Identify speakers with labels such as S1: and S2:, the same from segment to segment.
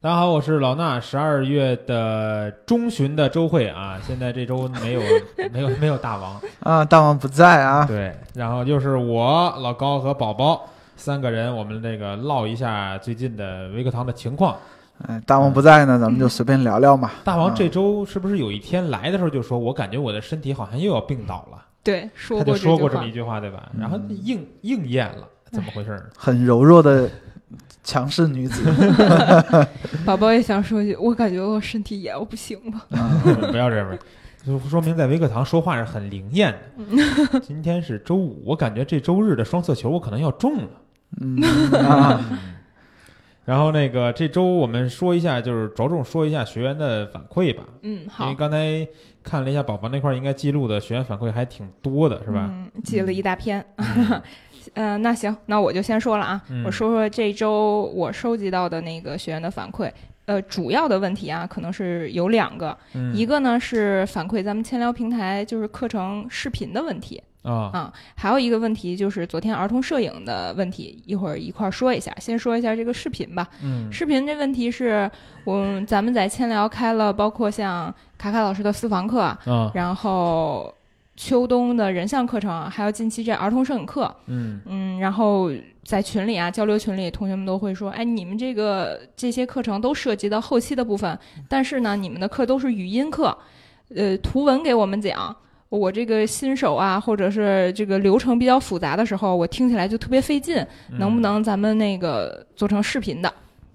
S1: 大家好，我是老衲。十二月的中旬的周会啊，现在这周没有没有没有大王，
S2: 啊，大王不在啊，
S1: 对，然后就是我老高和宝宝三个人，我们这个唠一下最近的维克堂的情况。
S2: 哎，大王不在呢，咱们就随便聊聊嘛。
S1: 大王
S2: 嗯
S1: 这周是不是有一天来的时候就说，我感觉我的身体好像又要病倒了？
S3: 对，说
S1: 他就
S3: 过
S1: 说过
S3: 句
S1: 这么
S3: 话
S1: 一句话，对吧？
S2: 嗯
S1: 然后应应验了，怎么回事儿？
S2: 很柔弱的强势女子，
S3: 宝宝也想说一句，我感觉我身体也要不行了。
S1: 不要这样，就说明在维克堂说话是很灵验的。今天是周五，我感觉这周日的双色球我可能要中了。
S2: 嗯啊，
S1: 然后那个这周我们说一下，就是着重说一下学员的反馈吧，
S3: 嗯，
S1: 因为
S3: 好，
S1: 刚才看了一下宝宝那块儿，应该记录的学员反馈还挺多的，是吧？
S3: 嗯，记了一大篇。嗯、那行，那我就先说了啊，
S1: 嗯
S3: 我说说这周我收集到的那个学员的反馈。呃，主要的问题啊，可能是有两个，
S1: 嗯
S3: 一个呢是反馈咱们千聊平台就是课程视频的问题，
S1: 啊，
S3: 还有一个问题就是昨天儿童摄影的问题，一会儿一块儿说一下。先说一下这个视频吧，
S1: 嗯
S3: 视频这问题是我咱们在千聊开了，包括像卡卡老师的私房课，
S1: 啊，
S3: 然后秋冬的人像课程，还有近期这儿童摄影课，
S1: 嗯
S3: 嗯，然后在群里啊交流群里，同学们都会说，哎，你们这个这些课程都涉及到后期的部分，但是呢，你们的课都是语音课，呃，图文给我们讲。我这个新手啊，或者是这个流程比较复杂的时候，我听起来就特别费劲，
S1: 嗯
S3: 能不能咱们那个做成视频的？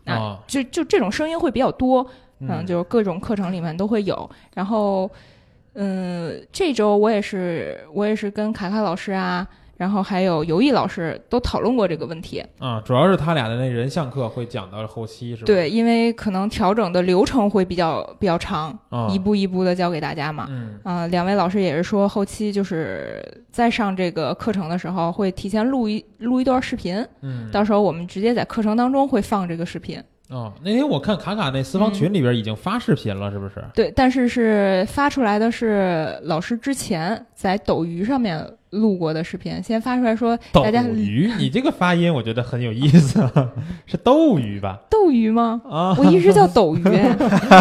S3: 啊
S1: 啊？
S3: 就就这种声音会比较多，嗯，就是各种课程里面都会有。然后，嗯，这周我也是我也是跟卡卡老师啊，然后还有尤毅老师都讨论过这个问题。
S1: 啊，主要是他俩的那人像课会讲到后期，是吧？
S3: 对，因为可能调整的流程会比较比较长，
S1: 啊，
S3: 一步一步的教给大家嘛。
S1: 嗯
S3: 啊、两位老师也是说，后期就是在上这个课程的时候，会提前录一录一段视频，
S1: 嗯，
S3: 到时候我们直接在课程当中会放这个视频。
S1: 哦，那天我看卡卡那私房群里边已经发视频了，是不是？
S3: 对，但是是发出来的是老师之前在斗鱼上面录过的视频，先发出来说
S1: 斗
S3: 大家
S1: 鱼，你这个发音我觉得很有意思， 是斗鱼吧？
S3: 斗鱼吗？
S1: 啊，
S3: 我一直叫斗鱼，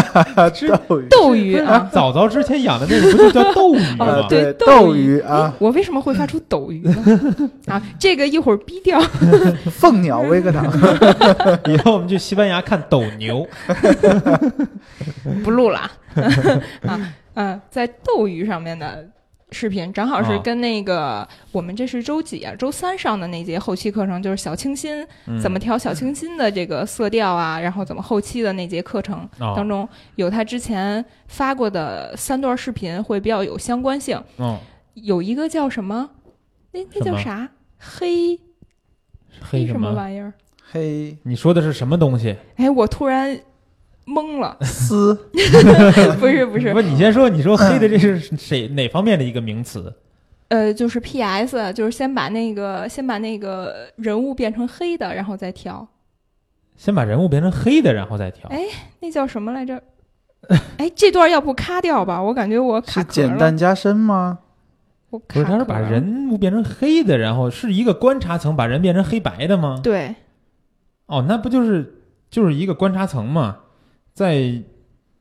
S1: 是
S2: 斗 鱼，
S3: 斗鱼啊。
S1: 早早之前养的那个不就叫斗鱼
S3: 啊
S1: 吗？
S3: 对
S2: 斗
S3: 斗
S2: 鱼
S3: 鱼
S2: 啊，
S3: 哎我为什么会发出斗鱼呢？ 啊，这个一会儿逼掉。
S2: 凤鸟微课 堂，
S1: 以后我们去西班牙看斗牛。
S3: 不录了啊 啊！嗯，在斗鱼上面的视频，正好是
S1: 啊
S3: 跟那个、我们这是周几啊？周三上的那节后期课程，就是小清新、
S1: 嗯
S3: 怎么调小清新的这个色调啊，然后怎么后期的那节课程
S1: 啊
S3: 当中，有他之前发过的三段视频会比较有相关性。
S1: 嗯，
S3: 有一个叫什么？那那
S1: 什
S3: 叫
S1: 么
S3: 啥？黑
S1: 黑
S3: 什
S1: 么？
S3: 玩意儿？
S2: 嘿，，
S1: 你说的是什么东西？
S3: 哎，我突然懵了
S2: 丝
S3: 不是不 是
S1: 不，，你先说，你说黑的这是谁哪方面的一个名词？
S3: 呃，就是 P S，就是先把那个先把那个人物变成黑的，然后再调，
S1: 先把人物变成黑的，然后再调。
S3: 哎那叫什么 来着？哎，这段要不咔掉吧？我感觉我卡
S2: 是
S3: 壳
S2: 简
S3: 了。
S2: 单加深吗？
S3: 我
S1: 不
S3: 卡
S1: 是，他是
S3: 壳
S1: 把
S3: 了
S1: 人物变成黑的，然后是一个观察层把人变成黑白的吗？
S3: 对
S1: 哦，那不就是就是一个观察层嘛，在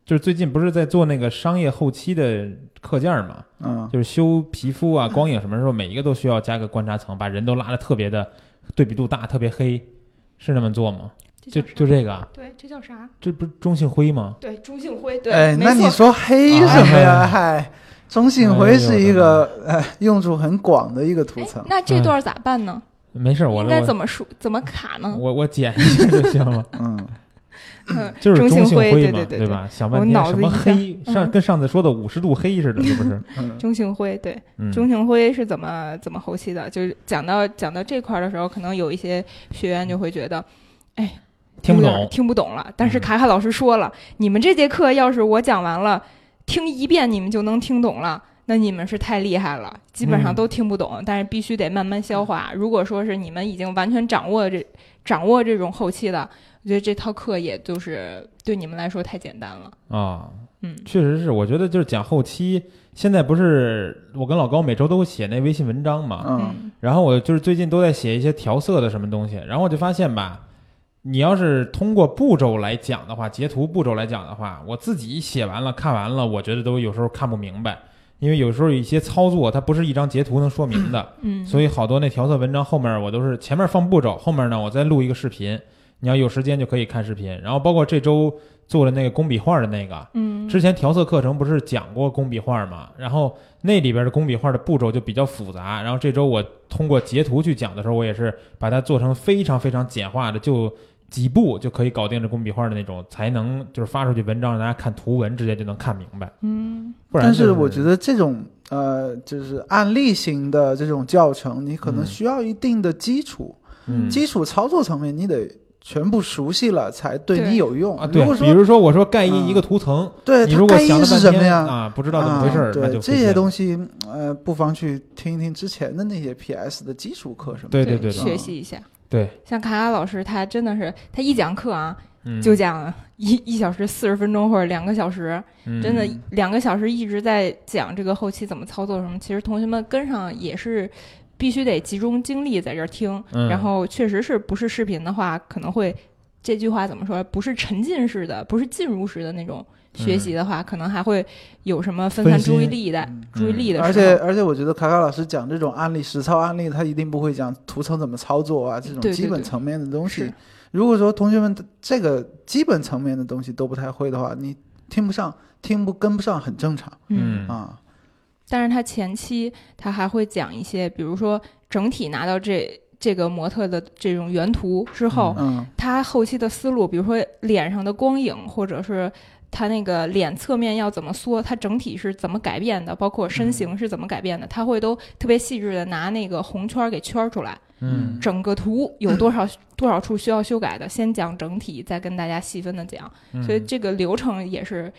S1: 就是最近不是在做那个商业后期的课件儿嘛，
S2: 嗯，
S1: 就是修皮肤 啊、光影什么时候，每一个都需要加个观察层，把人都拉的特别的对比度大，特别黑，是那么做吗？就
S3: 叫啥
S1: 就这个啊，
S3: 对，这叫啥？
S1: 这不是中性灰吗？
S3: 对，钟性辉，对，
S2: 哎，
S3: 没
S2: 那你
S3: 错
S2: 说黑什么
S1: 哎
S2: 呀？嗨，中性辉是一个呃用处很广的一个图
S3: 哎
S2: 层，，
S3: 那这段咋办呢？
S1: 没事，嗯我
S3: 应该怎
S1: 我
S3: 么说？怎么卡呢？
S1: 我我剪一下就行 了
S3: 哎
S2: 嗯，
S3: 嗯，
S1: 就是
S3: 中
S1: 中
S3: 性
S1: 性
S3: 灰，对
S1: 嘛，
S3: 对对，
S1: 吧？想
S3: 我
S1: 半天
S3: 脑
S1: 什
S3: 子
S1: 么
S3: 一下
S1: 黑，
S3: 嗯
S1: 上跟上次说的五十度黑似的，是不是？
S2: 嗯
S3: 中性灰，对。
S1: 嗯，
S3: 钟情辉是怎么怎么后期的？就是讲到讲到这块儿的时候，可能有一些学员就会觉得，哎，
S1: 听不
S3: 有点
S1: 懂
S3: 听不懂了。但是
S1: 嗯
S3: 卡卡老师说了，你们这节课要是我讲完了，听一遍你们就能听懂了。那你们是太厉害了，基本
S1: 嗯
S3: 上都听不懂，但是必须得慢慢消化。如果说是你们已经完全掌握这掌握这种后期的，我觉得这套课也就是对你们来说太简单了。
S1: 啊。
S3: 嗯，
S1: 确实是，我觉得就是讲后期，现在不是我跟老高每周都会写那微信文章嘛，
S2: 嗯
S3: 嗯
S1: 然后我就是最近都在写一些调色的什么东西，然后我就发现吧，你要是通过步骤来讲的话，截图步骤来讲的话，我自己写完了、看完了，我觉得都有时候看不明白，因为有时候有一些操作它不是一张截图能说明的，
S3: 嗯，
S1: 所以好多那调色文章后面我都是前面放步骤，后面呢我再录一个视频，你要有时间就可以看视频。然后包括这周做的那个工笔画的那个，
S3: 嗯，
S1: 之前调色课程不是讲过工笔画嘛，然后那里边的工笔画的步骤就比较复杂。然后这周我通过截图去讲的时候，我也是把它做成非常非常简化的，就几步就可以搞定这工笔画的那种，才能就是发出去文章，让大家看图文直接就能看明白。
S3: 嗯
S1: 不然、
S2: 但
S1: 是
S2: 是我觉
S1: 得
S2: 得这种呃，就是案例型的这种教程，你可能
S1: 嗯
S2: 需要一定的基础，
S1: 嗯
S2: 基础操作层面你得全部熟悉了才对
S3: 对
S2: 你有用。
S1: 啊
S2: 如
S1: 对
S2: 果，
S1: 比
S2: 说
S1: 如说我说盖印
S2: 嗯
S1: 一个图层，
S2: 对
S1: 你
S2: 它
S1: 如果
S2: 该
S1: 想
S2: 因
S1: 了
S2: 是
S1: 半
S2: 什么
S1: 天
S2: 呀？
S1: 啊，不知道怎么回事
S2: 啊、
S1: 儿，那
S2: 对
S1: 就
S2: 这些
S1: 西。
S2: 东西，呃，不妨去听一听之前的那些 PS 的基础课什么的。
S1: 对对对对
S3: 学习一下。
S1: 对，
S3: 像卡卡老师，他真的是他一讲课啊，
S1: 嗯
S3: 就讲一一小时四十分钟或者两个小时，
S1: 嗯
S3: 真的
S2: 嗯
S3: 两个小时一直在讲这个后期怎么操作什么。其实同学们跟上也是必须得集中精力在这儿听，
S1: 嗯
S3: 然后确实是不是视频的话，可能会这句话怎么说？不是沉浸式的，不是进入式的那种学习的话，可能还会有什么分
S1: 嗯
S3: 散
S1: 分心
S3: 注意力的
S2: 嗯
S3: 注意力的时候。
S2: 而且而且，我觉得卡卡老师讲这种案例、实操案例，他一定不会讲图层怎么操作啊，这
S3: 对
S2: 种
S3: 对
S2: 基本
S3: 对
S2: 层面的东西。
S3: 是
S2: 如果说同学们这个基本层面的东西都不太会的话，你听不上、听不跟不上很正常
S3: 嗯
S1: 嗯
S2: 啊。
S3: 但是他前期他还会讲一些，比如说整体拿到这这个模特的这种原图之后，
S2: 嗯，
S3: 他后期的思路，比如说脸上的光影，或者是他那个脸侧面要怎么缩，他整体是怎么改变的，包括身形是怎么改变的，他会都特别细致的拿那个红圈儿给圈儿出来，
S1: 嗯
S3: 整个图有多少 多少处需要修改的，先讲整体，再跟大家细分的讲，
S1: 嗯
S3: 所以这个流程也是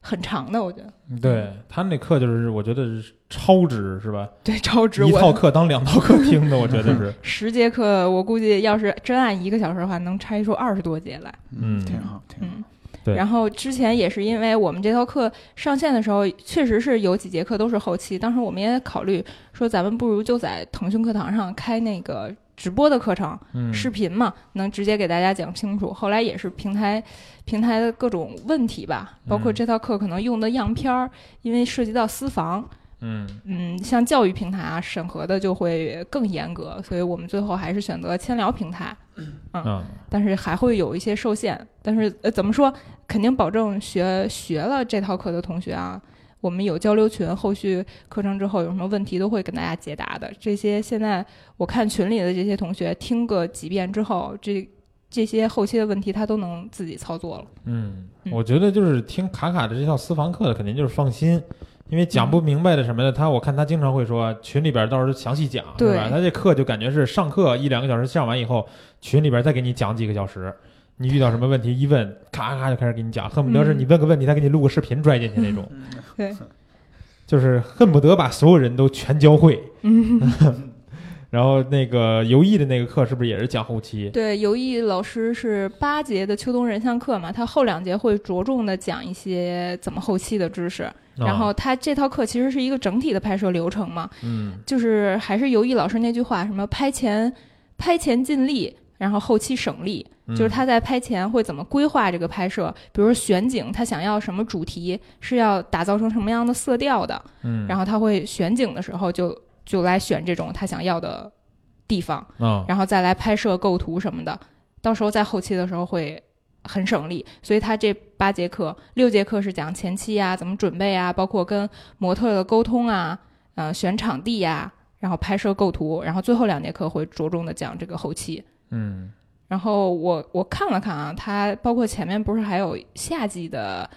S3: 很长的，我觉得
S1: 嗯对他那课就是我觉得是超值是吧？
S3: 对，超值
S1: 一
S3: 我
S1: 套课当两套课听的，我觉得 是
S3: 十节课，我估计要是真按一个小时的话，能拆出二十多节来。
S1: 嗯
S2: 挺好，挺好。
S3: 嗯，
S1: 对
S3: 然后之前也是因为我们这套课上线的时候，确实是有几节课都是后期，当时我们也考虑说，咱们不如就在腾讯课堂上开那个直播的课程，
S1: 嗯
S3: 视频嘛，能直接给大家讲清楚。后来也是平台平台的各种问题吧，包括
S1: 嗯
S3: 这套课可能用的样片儿，因为涉及到私房，
S1: 嗯
S3: 嗯，像教育平台啊，审核的就会更严格，所以我们最后还是选择千聊平台，嗯
S1: 啊
S3: 但是还会有一些受限。但是呃，怎么说，肯定保证学学了这套课的同学啊，我们有交流群，后续课程之后有什么问题都会跟大家解答的。这些现在我看群里的这些同学听个几遍之后，这这些后期的问题他都能自己操作了。
S1: 嗯，
S3: 嗯
S1: 我觉得就是听卡卡的这套私房课的，肯定就是放心。因为讲不明白的什么的，他我看他经常会说群里边到时候详细讲，
S3: 对
S1: 是吧？他这课就感觉是上课一两个小时上完以后，群里边再给你讲几个小时，你遇到什么问题一问，咔咔就开始给你讲，恨不得是
S3: 嗯
S1: 你问个问题，他给你录个视频拽进去那种，
S2: 嗯
S1: 就是恨不得把所有人都全教会。
S3: 嗯，
S1: 然后那个游艺的那个课是不是也是讲后期？
S3: 对，尤毅老师是八节的秋冬人像课嘛，他后两节会着重的讲一些怎么后期的知识。然后
S1: 啊
S3: 他这套课其实是一个整体的拍摄流程嘛，
S1: 嗯
S3: 就是还是尤毅老师那句话，什么拍前拍前尽力，然后后期省力，
S1: 嗯
S3: 就是他在拍前会怎么规划这个拍摄，比如说选景，他想要什么主题，是要打造成什么样的色调的，
S1: 嗯，
S3: 然后他会选景的时候就就来选这种他想要的地方，
S1: 啊
S3: 然后再来拍摄构图什么的，到时候在后期的时候会很省力。所以他这八节课，六节课是讲前期啊，怎么准备啊，包括跟模特的沟通啊，呃，选场地呀、然后拍摄构图，然后最后两节课会着重的讲这个后期。
S1: 嗯
S3: 然后我我看了看啊，它包括前面不是还有夏季的，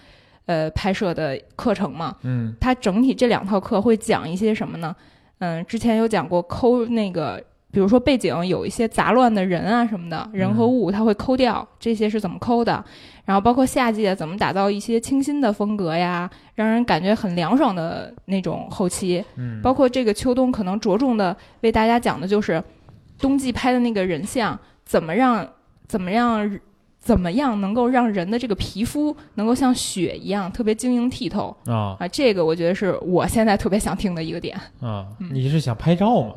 S3: 呃，拍摄的课程嘛，
S1: 嗯
S3: 它整体这两套课会讲一些什么呢？嗯，之前有讲过抠那个，比如说背景有一些杂乱的人啊什么的，人和物它会抠掉，这些是怎么抠的？然后包括夏季啊怎么打造一些清新的风格呀，让人感觉很凉爽的那种后期。
S1: 嗯，
S3: 包括这个秋冬可能着重的为大家讲的就是冬季拍的那个人像，怎么让怎么样怎么样能够让人的这个皮肤能够像雪一样特别晶莹剔透。
S1: 啊
S3: 啊，这个我觉得是我现在特别想听的一个点。
S1: 啊，
S3: 嗯
S1: 你是想拍照吗？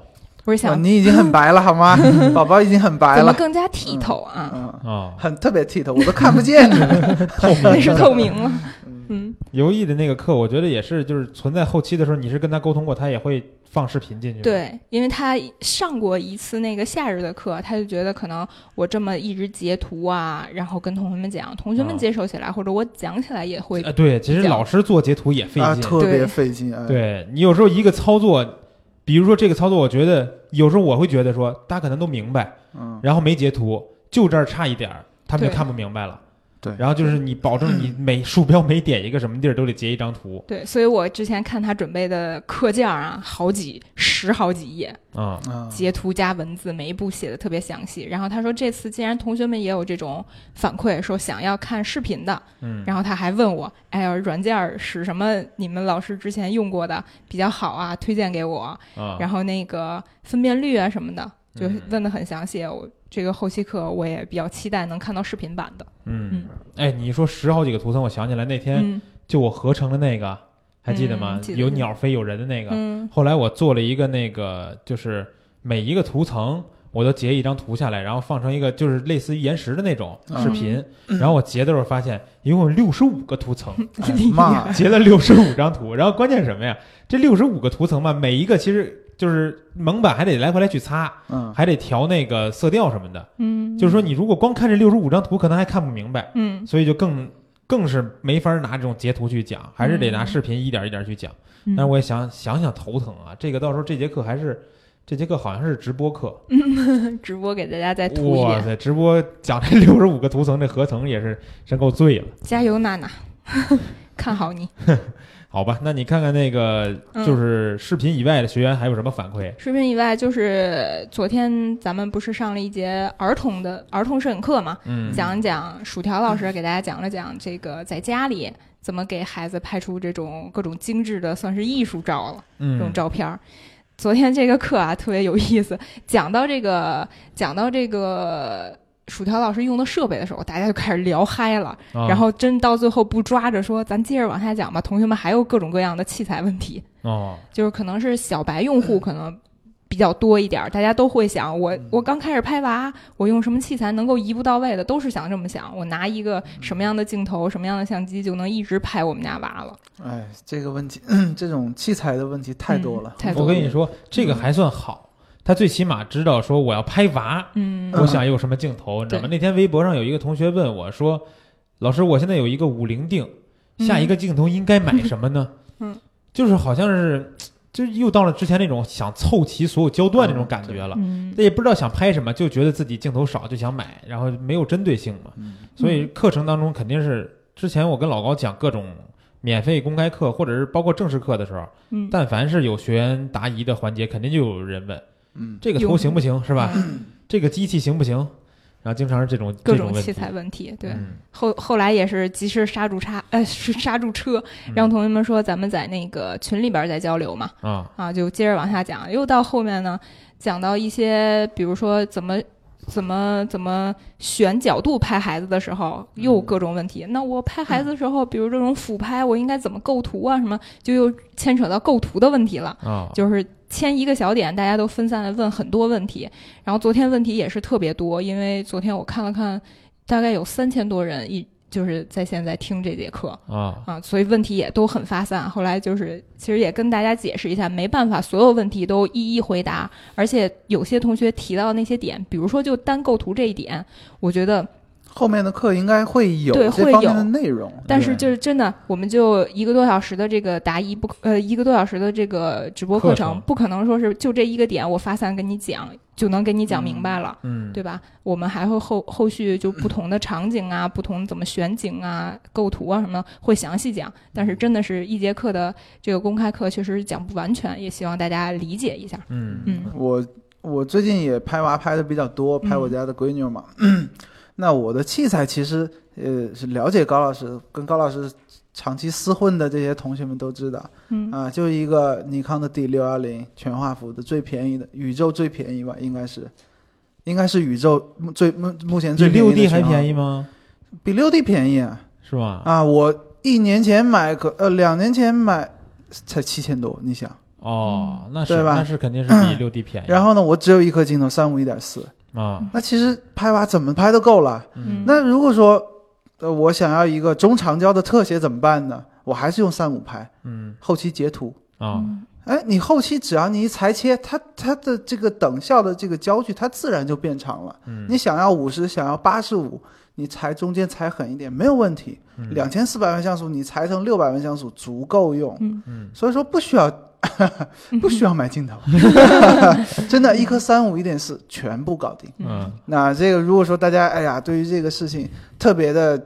S3: 我是
S2: 哇
S3: 想
S2: 你已经很白了好 吗？宝宝已经很白
S3: 怎么
S2: 了，
S3: 更加剔透啊，
S2: 嗯，
S1: 哦，
S2: 很特别剔透，我都看不见你们。
S3: 那是透明了。
S2: 嗯
S3: 嗯，
S1: 游艺的那个课，我觉得也是，就是存在后期的时候，你是跟他沟通过，他也会放视频进去。，
S3: 对，因为他上过一次那个夏日的课，他就觉得可能我这么一直截图啊，然后跟同学们讲，同学们
S1: 啊
S3: 接受起来，或者我讲起来也会
S1: 啊，对，其实
S3: 比较
S1: 老师做截图 也费
S2: 啊，
S1: 劲。
S2: 特别
S3: 对
S2: 费劲啊。哎，
S1: 对你有时候一个操作，比如说这个操作，我觉得有时候我会觉得说，大家可能都明白，
S2: 嗯，
S1: 然后没截图，就这儿差一点儿，他们就
S3: 对
S1: 看不明白了。
S2: 对
S1: 然后就是你保证你每鼠标每点一个什么地儿都得截一张图
S3: 对，所以我之前看他准备的课件儿啊，好几十好几页，
S1: 啊、
S2: 啊，
S3: 截图加文字，每一步写的特别详细。然后他说，这次既然同学们也有这种反馈，说想要看视频的，
S1: 嗯，
S3: 然后他还问我，哎呀，软件儿是什么？你们老师之前用过的比较好啊，推荐给我。
S1: 啊，
S3: 然后那个分辨率啊什么的，就
S1: 嗯
S3: 问的很详细。我这个后期课我也比较期待能看到视频版的。
S1: 嗯
S3: 嗯，
S1: 哎，你一说十好几个图层，我想起来那天
S3: 嗯
S1: 就我合成的那个，还记得吗
S3: 嗯？记得
S1: 有
S3: 记得
S1: 鸟飞有人的那个，
S3: 嗯
S1: 后来我做了一个那个，就是每一个图层我都截一张图下来，然后放成一个就是类似于延时的那种
S3: 嗯
S1: 视频。然后我截的时候发现，一共有六十五个图
S3: 嗯
S1: 层，
S2: 哎妈呀，
S1: 截了六十五张图。然后关键是什么呀？这六十五个图层嘛，每一个其实就是蒙版还得来回来去擦，
S2: 嗯，
S1: 还得调那个色调什么的。
S3: 嗯，
S1: 就是说，你如果光看这六十五张图，可能还看不明白，
S3: 嗯，
S1: 所以就更。更是没法拿这种截图去讲，还是得拿
S3: 嗯
S1: 视频一点一点去讲。
S3: 嗯，
S1: 但是我也想想想头疼啊，这个到时候这节课还是这节课好像是直播课，
S3: 直播给大家再涂一
S1: 哇
S3: 遍，
S1: 塞，直播讲这六十五个图层，这合成也是真够醉了。
S3: 加油，娜 娜，看好你。
S1: 好吧，那你看看那个
S3: 嗯
S1: 就是视频以外的学员还有什么反馈？
S3: 视频以外，就是昨天咱们不是上了一节儿童的儿童摄影课嘛，
S1: 嗯，
S3: 讲讲薯条老师给大家讲了讲这个在家里怎么给孩子拍出这种各种精致的，算是艺术照了。这种
S1: 嗯，
S3: 照片儿。昨天这个课啊特别有意思，讲到这个讲到这个薯条老师用的设备的时候，大家就开始聊嗨了。
S1: 啊
S3: 然后真到最后不抓着说，咱接着往下讲吧。同学们还有各种各样的器材问题，
S1: 哦，
S3: 就是可能是小白用户可能。比较多一点儿，大家都会想我我刚开始拍娃，我用什么器材能够一步到位的，都是想这么想。我拿一个什么样的镜头、什么样的相机就能一直拍我们家娃了。
S2: 哎，这个问题，嗯这种器材的问题太多了
S3: 嗯。太
S1: 我
S3: 多了
S1: 跟你，说，这
S3: 嗯
S1: 个还算好，他最起码知道说我要拍娃，
S3: 嗯，
S1: 我想用什么镜头，你知道吗？那天微博上有一个同学问我说：“老师，我现在有一个五零定，
S3: 嗯
S1: 下一个镜头应该买什么呢？”
S3: 嗯，
S1: 就是好像是，就是又到了之前那种想凑齐所有焦段那种感觉了。
S3: 嗯
S1: 那也不知道想拍什么，就觉得自己镜头少就想买，然后没有针对性嘛。
S2: 嗯
S1: 所以课程当中肯定是之前我跟老高讲各种免费公开课，或者是包括正式课的时候，
S3: 嗯，
S1: 但凡是有学员答疑的环节，肯定就有人问
S2: 嗯，
S1: 这个头
S3: 有
S1: 行不行，是吧？
S3: 嗯
S1: 这个机器行不行？然后经常是这种
S3: 各
S1: 这种
S3: 种
S1: 问
S3: 器
S1: 题
S3: 材问题。对，
S1: 嗯
S3: 后后来也是及时刹住刹，呃，是刹住车，让同学们说咱们在那个群里边儿再交流嘛。
S1: 啊，
S3: 啊，就接着往下讲，又到后面呢，讲到一些比如说怎么。怎么怎么选角度拍孩子的时候，又各种问题。那我拍孩子的时候，比如这种俯拍，我应该怎么构图啊？什么就又牵扯到构图的问题了。
S1: 啊，
S3: 就是签一个小点，大家都分散的问很多问题。然后昨天问题也是特别多，因为昨天我看了看，大概有三千多人一就是在现在听这节课
S1: 啊，
S3: 啊，所以问题也都很发散。后来就是其实也跟大家解释一下，没办法，所有问题都一一回答，而且有些同学提到那些点，比如说就单构图这一点，我觉得
S2: 后面的课应该会有
S3: 对
S2: 这
S3: 会
S2: 方面的
S3: 有
S2: 内容。
S3: 但是
S1: 对
S3: 就是真的，我们就一个多小时的这个答疑不可呃一个多小时的这个直播课
S1: 课
S3: 程，
S1: 程
S3: 不可能说是就这一个点我发散跟你讲就能给你讲明白了，
S1: 嗯，
S3: 对吧？我们还会后后续就不同的场景啊，不同怎么选景啊、构图啊什么的会详细讲，但
S2: 嗯
S3: 是真的是一节课的这个公开课确实讲不完全，也希望大家理解一下。
S1: 嗯
S3: 嗯
S2: 我我最近也拍娃拍的比较多，拍我
S3: 嗯
S2: 家的闺女嘛。 那我的器材其实呃是了解高老师，跟高老师长期厮混的这些同学们都知道
S3: 嗯
S2: 啊，就一个尼康的 D 六幺零全画幅的最便宜的，宇宙最便宜吧，应该是。应该是宇宙目最目目前
S1: 比
S2: 最
S1: 六 D 还便
S2: 宜
S1: 宜吗？
S2: 的全画幅，比六 D 便宜啊！
S1: 是吧？
S2: 啊，我一年前买可呃两年前买才七千多，你想
S1: 哦，那是
S2: 对吧嗯
S1: 那是肯定是比六 D 便宜。
S2: 然后呢，我只有一颗镜头，三五一点四，
S1: 啊，
S2: 那其实拍吧怎么拍都够了。
S3: 嗯
S2: 那如果说，呃，我想要一个中长焦的特写怎么办呢？我还是用三五拍，
S1: 嗯
S2: 后期截图。
S1: 啊，
S3: 嗯
S2: 哎，你后期只要你一裁切，它它的这个等效的这个焦距，它自然就变长了。
S1: 嗯，
S2: 你想要五十，想要八十五，你裁中间裁狠一点没有问题。
S1: 嗯
S2: 两千四百万像素你裁成六百万像素足够用，
S3: 嗯
S1: 嗯
S2: 所以说不需要不需要买镜头，真的，一颗三五一点四全部搞定。
S1: 嗯
S2: 那这个如果说大家哎呀，对于这个事情特别的，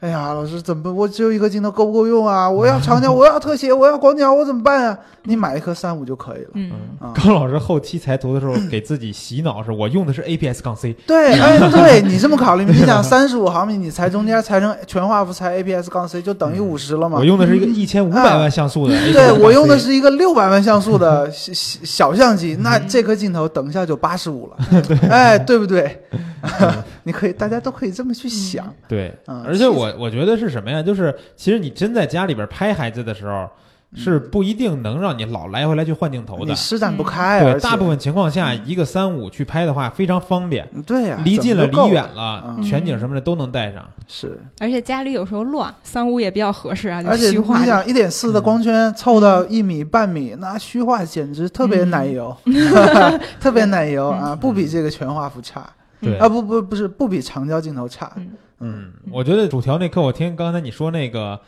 S2: 哎呀，老师怎么我只有一个镜头够不够用啊？我 要长焦，我要特写，我要广角，我怎么办啊？你买一颗三五就可以了。
S3: 嗯
S1: 嗯
S2: 啊，
S1: 高老师后期裁图的时候给自己洗脑是，我用的是 APS 杠 C，
S2: 对，哎，对你这么考虑，你想三十五毫米，你裁中间裁成全画幅裁 APS 杠 C 就等于五十了嘛嗯
S1: 我？用的是一个一千五百万像素的 APS
S2: 对
S1: 杠 C
S2: 我用的是一个六百万像素的小小小相机，那这颗镜头等一下就八十五了，哎，对不对？ 你可以，大家都可以这么去想。
S1: 对，
S2: 嗯
S1: 而且我我觉得是什么呀？就是其实你真在家里边拍孩子的时候，是不一定能让你老来回来去换镜头的
S2: 嗯你。施展不开，啊
S1: 对，
S2: 而且
S1: 大部分情况下，一个三五去拍的话非常方便，
S2: 嗯对哎呀、
S1: 离近了
S2: 怎么
S1: 离
S2: 就够
S1: 远
S2: 了
S1: 了，
S2: 嗯
S1: 全景什么的都能带上。
S2: 是，
S3: 而且家里有时候乱，三五也比较合适啊，就
S2: 而且
S3: 虚化
S2: 你
S3: 点。
S2: 想一点四的光圈凑到一米半米，那虚化简直特别奶油， 特别奶油啊，不比这个全画幅差
S3: 嗯
S1: 对
S2: 啊，，不不不是不比长焦镜头差，
S3: 嗯
S1: 嗯，我觉得主调那课，我听刚才你说那个，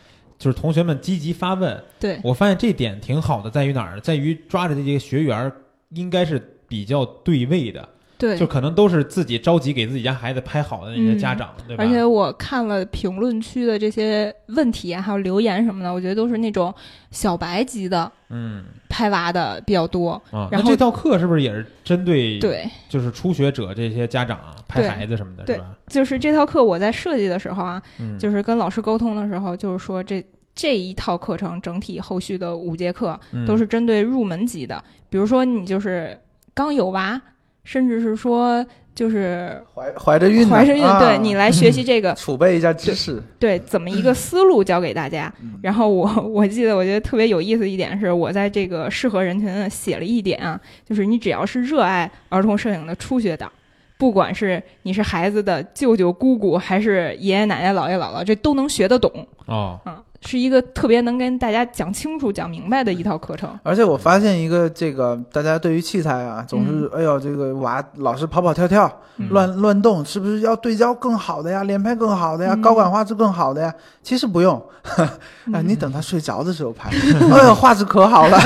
S1: 就是同学们积极发问，
S2: 哎
S3: 对，
S1: 我发现这点挺好的，在于哪儿呢？在于抓着这些学员儿应该是比较对位的，
S3: 对
S1: 就，可能都是自己着急给自己家孩子拍好的那
S2: 嗯
S1: 些家长，对吧？
S3: 而且我看了评论区的这些问题啊，还有留言什么的，我觉得都是那种小白级的
S1: 嗯
S3: 拍娃的比较多。
S1: 啊，
S3: 然
S1: 那
S3: 后
S1: 这套课是不是也是针对
S3: 对，
S1: 就是初学者这些家长啊拍
S3: 对
S1: 孩子什么的，
S3: 对
S1: 是吧？
S3: 就是这套课我在设计的时候啊，
S1: 嗯，
S3: 就是跟老师沟通的时候，就是说这这一套课程整体后续的五节课
S1: 嗯
S3: 都是针对入门级的，比如说你就是刚有娃，甚至是说就是
S2: 怀怀着孕呢，
S3: 怀着孕，
S2: 啊、
S3: 对你来学习这个，
S2: 储备一下知识，
S3: 对怎么一个思路教给大家。
S2: 嗯
S3: 然后我我记得我觉得特别有意思一点是，我在这个适合人群呢写了一点啊，就是你只要是热爱儿童摄影的初学党，不管是你是孩子的舅舅姑姑，还是爷爷奶奶姥爷姥姥，这都能学得懂
S1: 哦，
S3: 啊，是一个特别能跟大家讲清楚、讲明白的一套课程。
S2: 而且我发现一个这个，大家对于器材啊，总是、哎呦，这个娃老是跑跑跳跳，
S3: 嗯
S2: 乱乱动，是不是要对焦更好的呀，连拍更好的呀，
S3: 嗯
S2: 高感画质更好的呀？其实不用，啊、
S3: 嗯
S2: 你等他睡着的时候 拍，哎呦，画质可好了，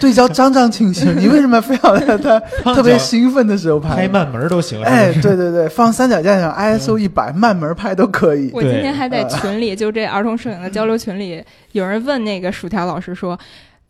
S2: 对焦张张清晰。你为什么非要在他特别兴奋的时候
S1: 拍
S2: 拍？
S1: 慢门儿都行，是不
S2: 哎，
S1: 是
S2: 对对对，放三脚架上
S3: 嗯
S2: ISO 一百、慢门拍都可以。
S3: 我今天还在群里，就这儿童摄影的交流群里，有人问那个薯条老师说。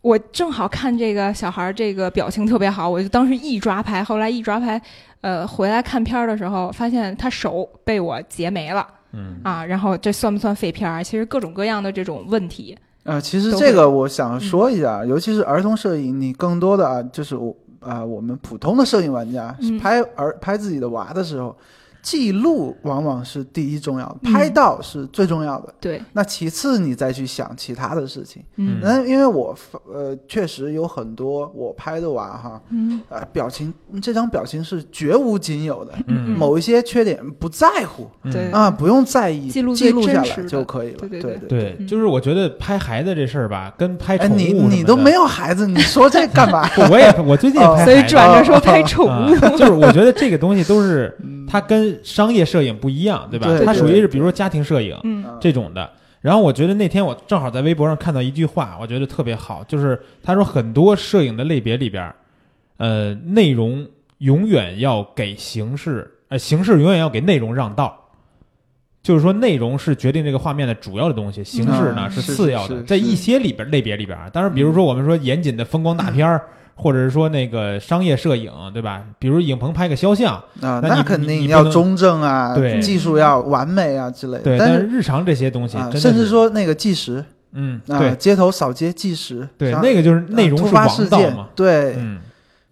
S3: 我正好看这个小孩儿这个表情特别好，我就当时一抓拍，后来一抓拍，呃，回来看片儿的时候发现他手被我截没了
S1: 嗯
S3: 啊，然后这算不算废片儿？其实各种各样的这种问题，
S2: 啊、其实这个我
S3: 嗯
S2: 想说一下，尤其是儿童摄影，你更多的啊，就是我啊、我们普通的摄影玩家、
S3: 嗯
S2: 拍儿拍自己的娃的时候，记录往往是第一重要的，
S3: 嗯
S2: 拍到是最重要的。
S3: 对，
S2: 那其次你再去想其他的事情。
S3: 嗯
S2: 那因为我呃确实有很多我拍的娃哈，
S3: 嗯
S2: 呃表情这张表情是绝无仅有的，
S1: 嗯
S2: 某一些缺点不在乎
S1: 嗯
S3: 对
S2: 啊，不用在意，
S3: 记录最
S2: 记录下
S3: 真实
S2: 来
S3: 的
S2: 就可以了。
S3: 对对
S2: 对
S3: 对
S2: 对。
S1: 对，就是我觉得拍孩子这事儿吧，跟拍
S2: 哎，
S1: 宠物
S2: 你
S1: 什么
S2: 你都
S1: 的
S2: 没有孩子，你说这干嘛？
S1: 不，我也我最近也
S2: 哦
S1: 拍
S3: 所以
S1: 孩子
S3: 转着 说拍
S1: 啊
S3: 宠物，
S1: 就是我觉得这个东西都是它跟商业摄影不一样，对吧？
S2: 对
S1: 它
S2: 对
S1: 属于是比如说家庭摄影
S3: 嗯
S2: 嗯
S1: 这种的。然后我觉得那天我正好在微博上看到一句话，我觉得特别好，就是他说很多摄影的类别里边儿，呃，内容永远要给形式，呃，形式永远要给内容让道。就是说，内容是决定这个画面的主要的东西，形式呢、
S2: 嗯
S1: 是
S2: 是
S1: 次要
S2: 是
S1: 的。
S2: 是
S1: 在一些里边类别里边啊，当然，比如说我们说严谨的风光大片儿，或者是说那个商业摄影，对吧？比如影棚拍个肖像，
S2: 啊，
S1: 那你
S2: 那肯
S1: 你
S2: 定
S1: 不
S2: 要
S1: 能
S2: 中正啊，
S1: 对
S2: 技术要完美啊之类的。
S1: 对，
S2: 但
S1: 但是日常这些东西
S2: 啊，
S1: 真的是，
S2: 甚至说那个计时
S1: 嗯，
S2: 啊，
S1: 对
S2: 街头扫街计时，
S1: 对，
S2: 像
S1: 那个就是
S2: 呃
S1: 内容
S2: 突
S1: 是
S2: 发事
S1: 王道
S2: 件
S1: 嘛，，
S2: 对，
S1: 嗯，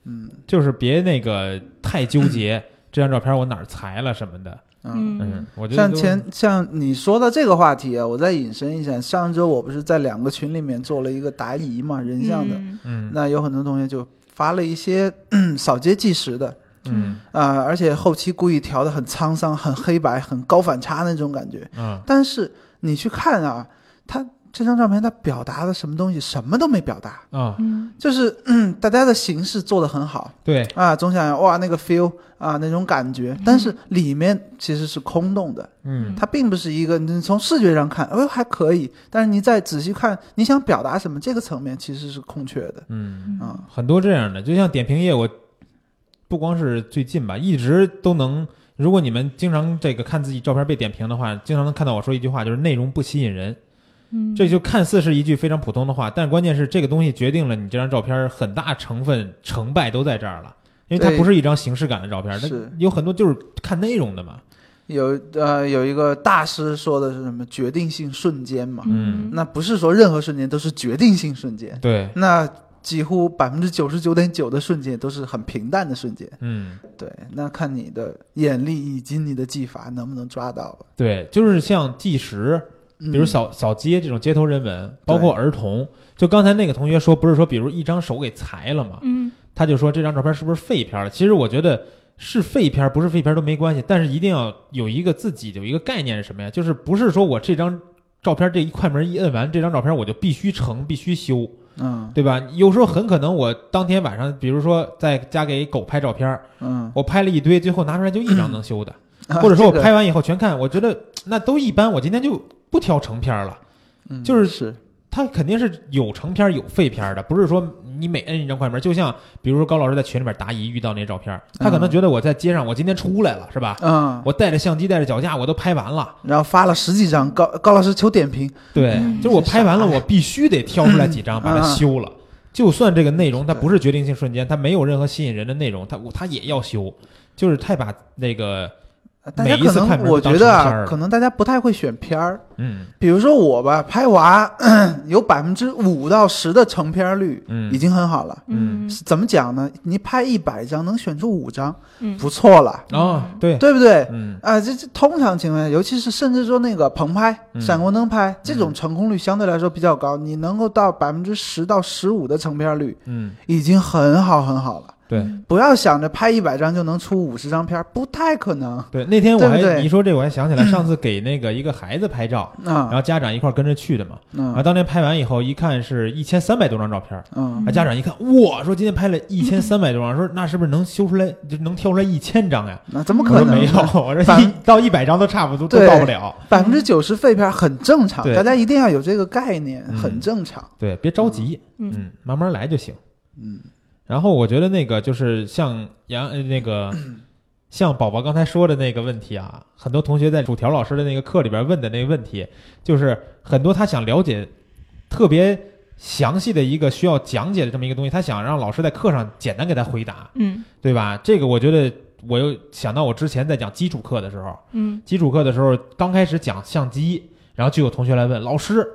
S2: 嗯，
S1: 就是别那个太纠结，这张照片我哪儿裁了什么的，
S2: 嗯，
S1: 嗯
S3: 嗯，
S1: 我觉得
S2: 像
S1: 都
S2: 前像你说到这个话题啊，我再引申一下，上周我不是在两个群里面做了一个答疑嘛，人像的，
S3: 嗯
S1: 嗯
S2: 那有很多同学就发了一些嗯扫街纪实的
S1: 嗯
S2: 啊、而且后期故意调的很沧桑、很黑白、很高反差那种感觉。
S1: 啊
S2: 但是你去看啊，他这张照片他表达了什么东西？什么都没表达，
S1: 啊，
S3: 嗯
S2: 就是、 嗯、大家的形式做得很好
S1: 对，
S2: 啊，总想要哇那个 feel 啊那种感觉，但是里面其实是空洞的，
S1: 嗯
S2: 它并不是一个你从视觉上看，哎还可以，但是你再仔细看，你想表达什么这个层面其实是空缺的
S1: 嗯，
S3: 嗯
S2: 啊。
S1: 很多这样的，就像点评业，我不光是最近吧，一直都能。如果你们经常这个看自己照片被点评的话，经常能看到我说一句话，就是内容不吸引人。
S3: 嗯
S1: 这就看似是一句非常普通的话，但关键是这个东西决定了你这张照片很大成分成败都在这儿了，因为它
S2: 对
S1: 不是一张形式感的照片，它
S2: 是
S1: 有很多就是看内容的嘛。
S2: 有呃有一个大师说的是什么决定性瞬间嘛，
S1: 嗯
S2: 那不是说任何瞬间都是决定性瞬间，
S1: 对，
S2: 那几乎百分之九十九点九的瞬间都是很平淡的瞬间。
S1: 嗯，
S2: 对，那看你的眼力以及你的技法能不能抓到嗯了。
S1: 对，就是像纪实，
S2: 比
S1: 比如扫扫街这种街头人文，包括儿童。就刚才那个同学说，不是说比如一张手给裁了嘛，
S3: 嗯
S1: 他就说这张照片是不是废片儿了？其实我觉得是废片儿，不是废片儿都没关系，但是一定要有一个自己的有一个概念是什么呀？就是不是说我这张照片这一快门一摁完，这张照片我就必须成必须修，
S2: 嗯
S1: 对吧？有时候很可能我当天晚上，比如说在家给狗拍照片儿，
S2: 嗯，
S1: 我拍了一堆，最后拿出来就一张能修的，
S2: 啊
S1: 或者说我
S2: 这个
S1: 拍完以后全看，我觉得那都一般，我今天就不挑成片儿了。
S2: 嗯
S1: 就是
S2: 是
S1: 它肯定是有成片儿有废片儿的，不是说你每摁一张快门，就像比如说高老师在群里边答疑遇到那照片儿，他可能觉得我在街上，我今天出来了是吧？
S2: 嗯，
S1: 我带着相机带着脚架我都拍完了，
S2: 然后发了十几张，高高老师求点评。
S1: 对，嗯
S3: 嗯
S1: 就是我拍完了，
S2: 是啥
S1: 我必须得挑出来几张把它修了。就算这个内容它不是决定性瞬间，它没有任何吸引人的内容，它我它也要修，就是太把那个
S2: 呃大家
S1: 每一
S2: 可
S1: 次看
S2: 能
S1: 门
S2: 我
S1: 就当
S2: 觉得
S1: 成片儿
S2: 啊，
S1: 了
S2: 可能大家不太会选片儿。
S1: 嗯
S2: 比如说我吧，拍娃 有百分之五到十的成片儿率，已
S1: 嗯
S2: 经很好了。
S1: 嗯
S3: 嗯
S2: 是怎么讲呢？你拍一百张能选出五张，
S3: 嗯
S2: 不错了，
S1: 哦对
S2: 对不对？
S1: 嗯
S2: 啊，这这通常情况下，尤其是甚至说那个棚拍、
S1: 嗯
S2: 闪光灯拍这种成功率相对来说比较高，你能够到百分之十到十五的成片率，
S1: 嗯
S2: 已经很好很好了。
S1: 对。
S2: 不要想着拍一百张就能出五十张片儿，不太可能啊。
S1: 对，那天我
S2: 对不
S1: 还
S2: 对
S1: 你说这我还想起来，上次给那个一个孩子拍照，然后家长一块儿跟着去的嘛，然后
S2: 嗯
S1: 当天拍完以后，一看是一千三百多张照片儿，
S2: 嗯
S1: 啊，家长一看，哇，说今天拍了一千三百多张，说 那是不是能修出来，就能挑出来一千张呀？
S2: 那怎么
S1: 我
S2: 可
S1: 说
S2: 能呢？
S1: 没有，我说
S2: 反
S1: 一到一百张都差不多，都
S2: 对
S1: 到不了。
S2: 百分之九十废片儿很正常，
S1: 对
S2: 大家一定要有这个概念，
S1: 嗯
S2: 很正常。
S1: 对，别着急，
S3: 嗯
S1: 嗯，慢慢来就行。
S2: 嗯
S1: 然后我觉得那个就是像杨呃那个像宝宝刚才说的那个问题啊，很多同学在薯条老师的那个课里边问的那个问题，就是很多他想了解特别详细的一个需要讲解的这么一个东西，他想让老师在课上简单给他回答，
S3: 嗯
S1: 对吧？这个我觉得我又想到我之前在讲基础课的时候，
S3: 嗯
S1: 基础课的时候刚开始讲相机，然后就有同学来问老师，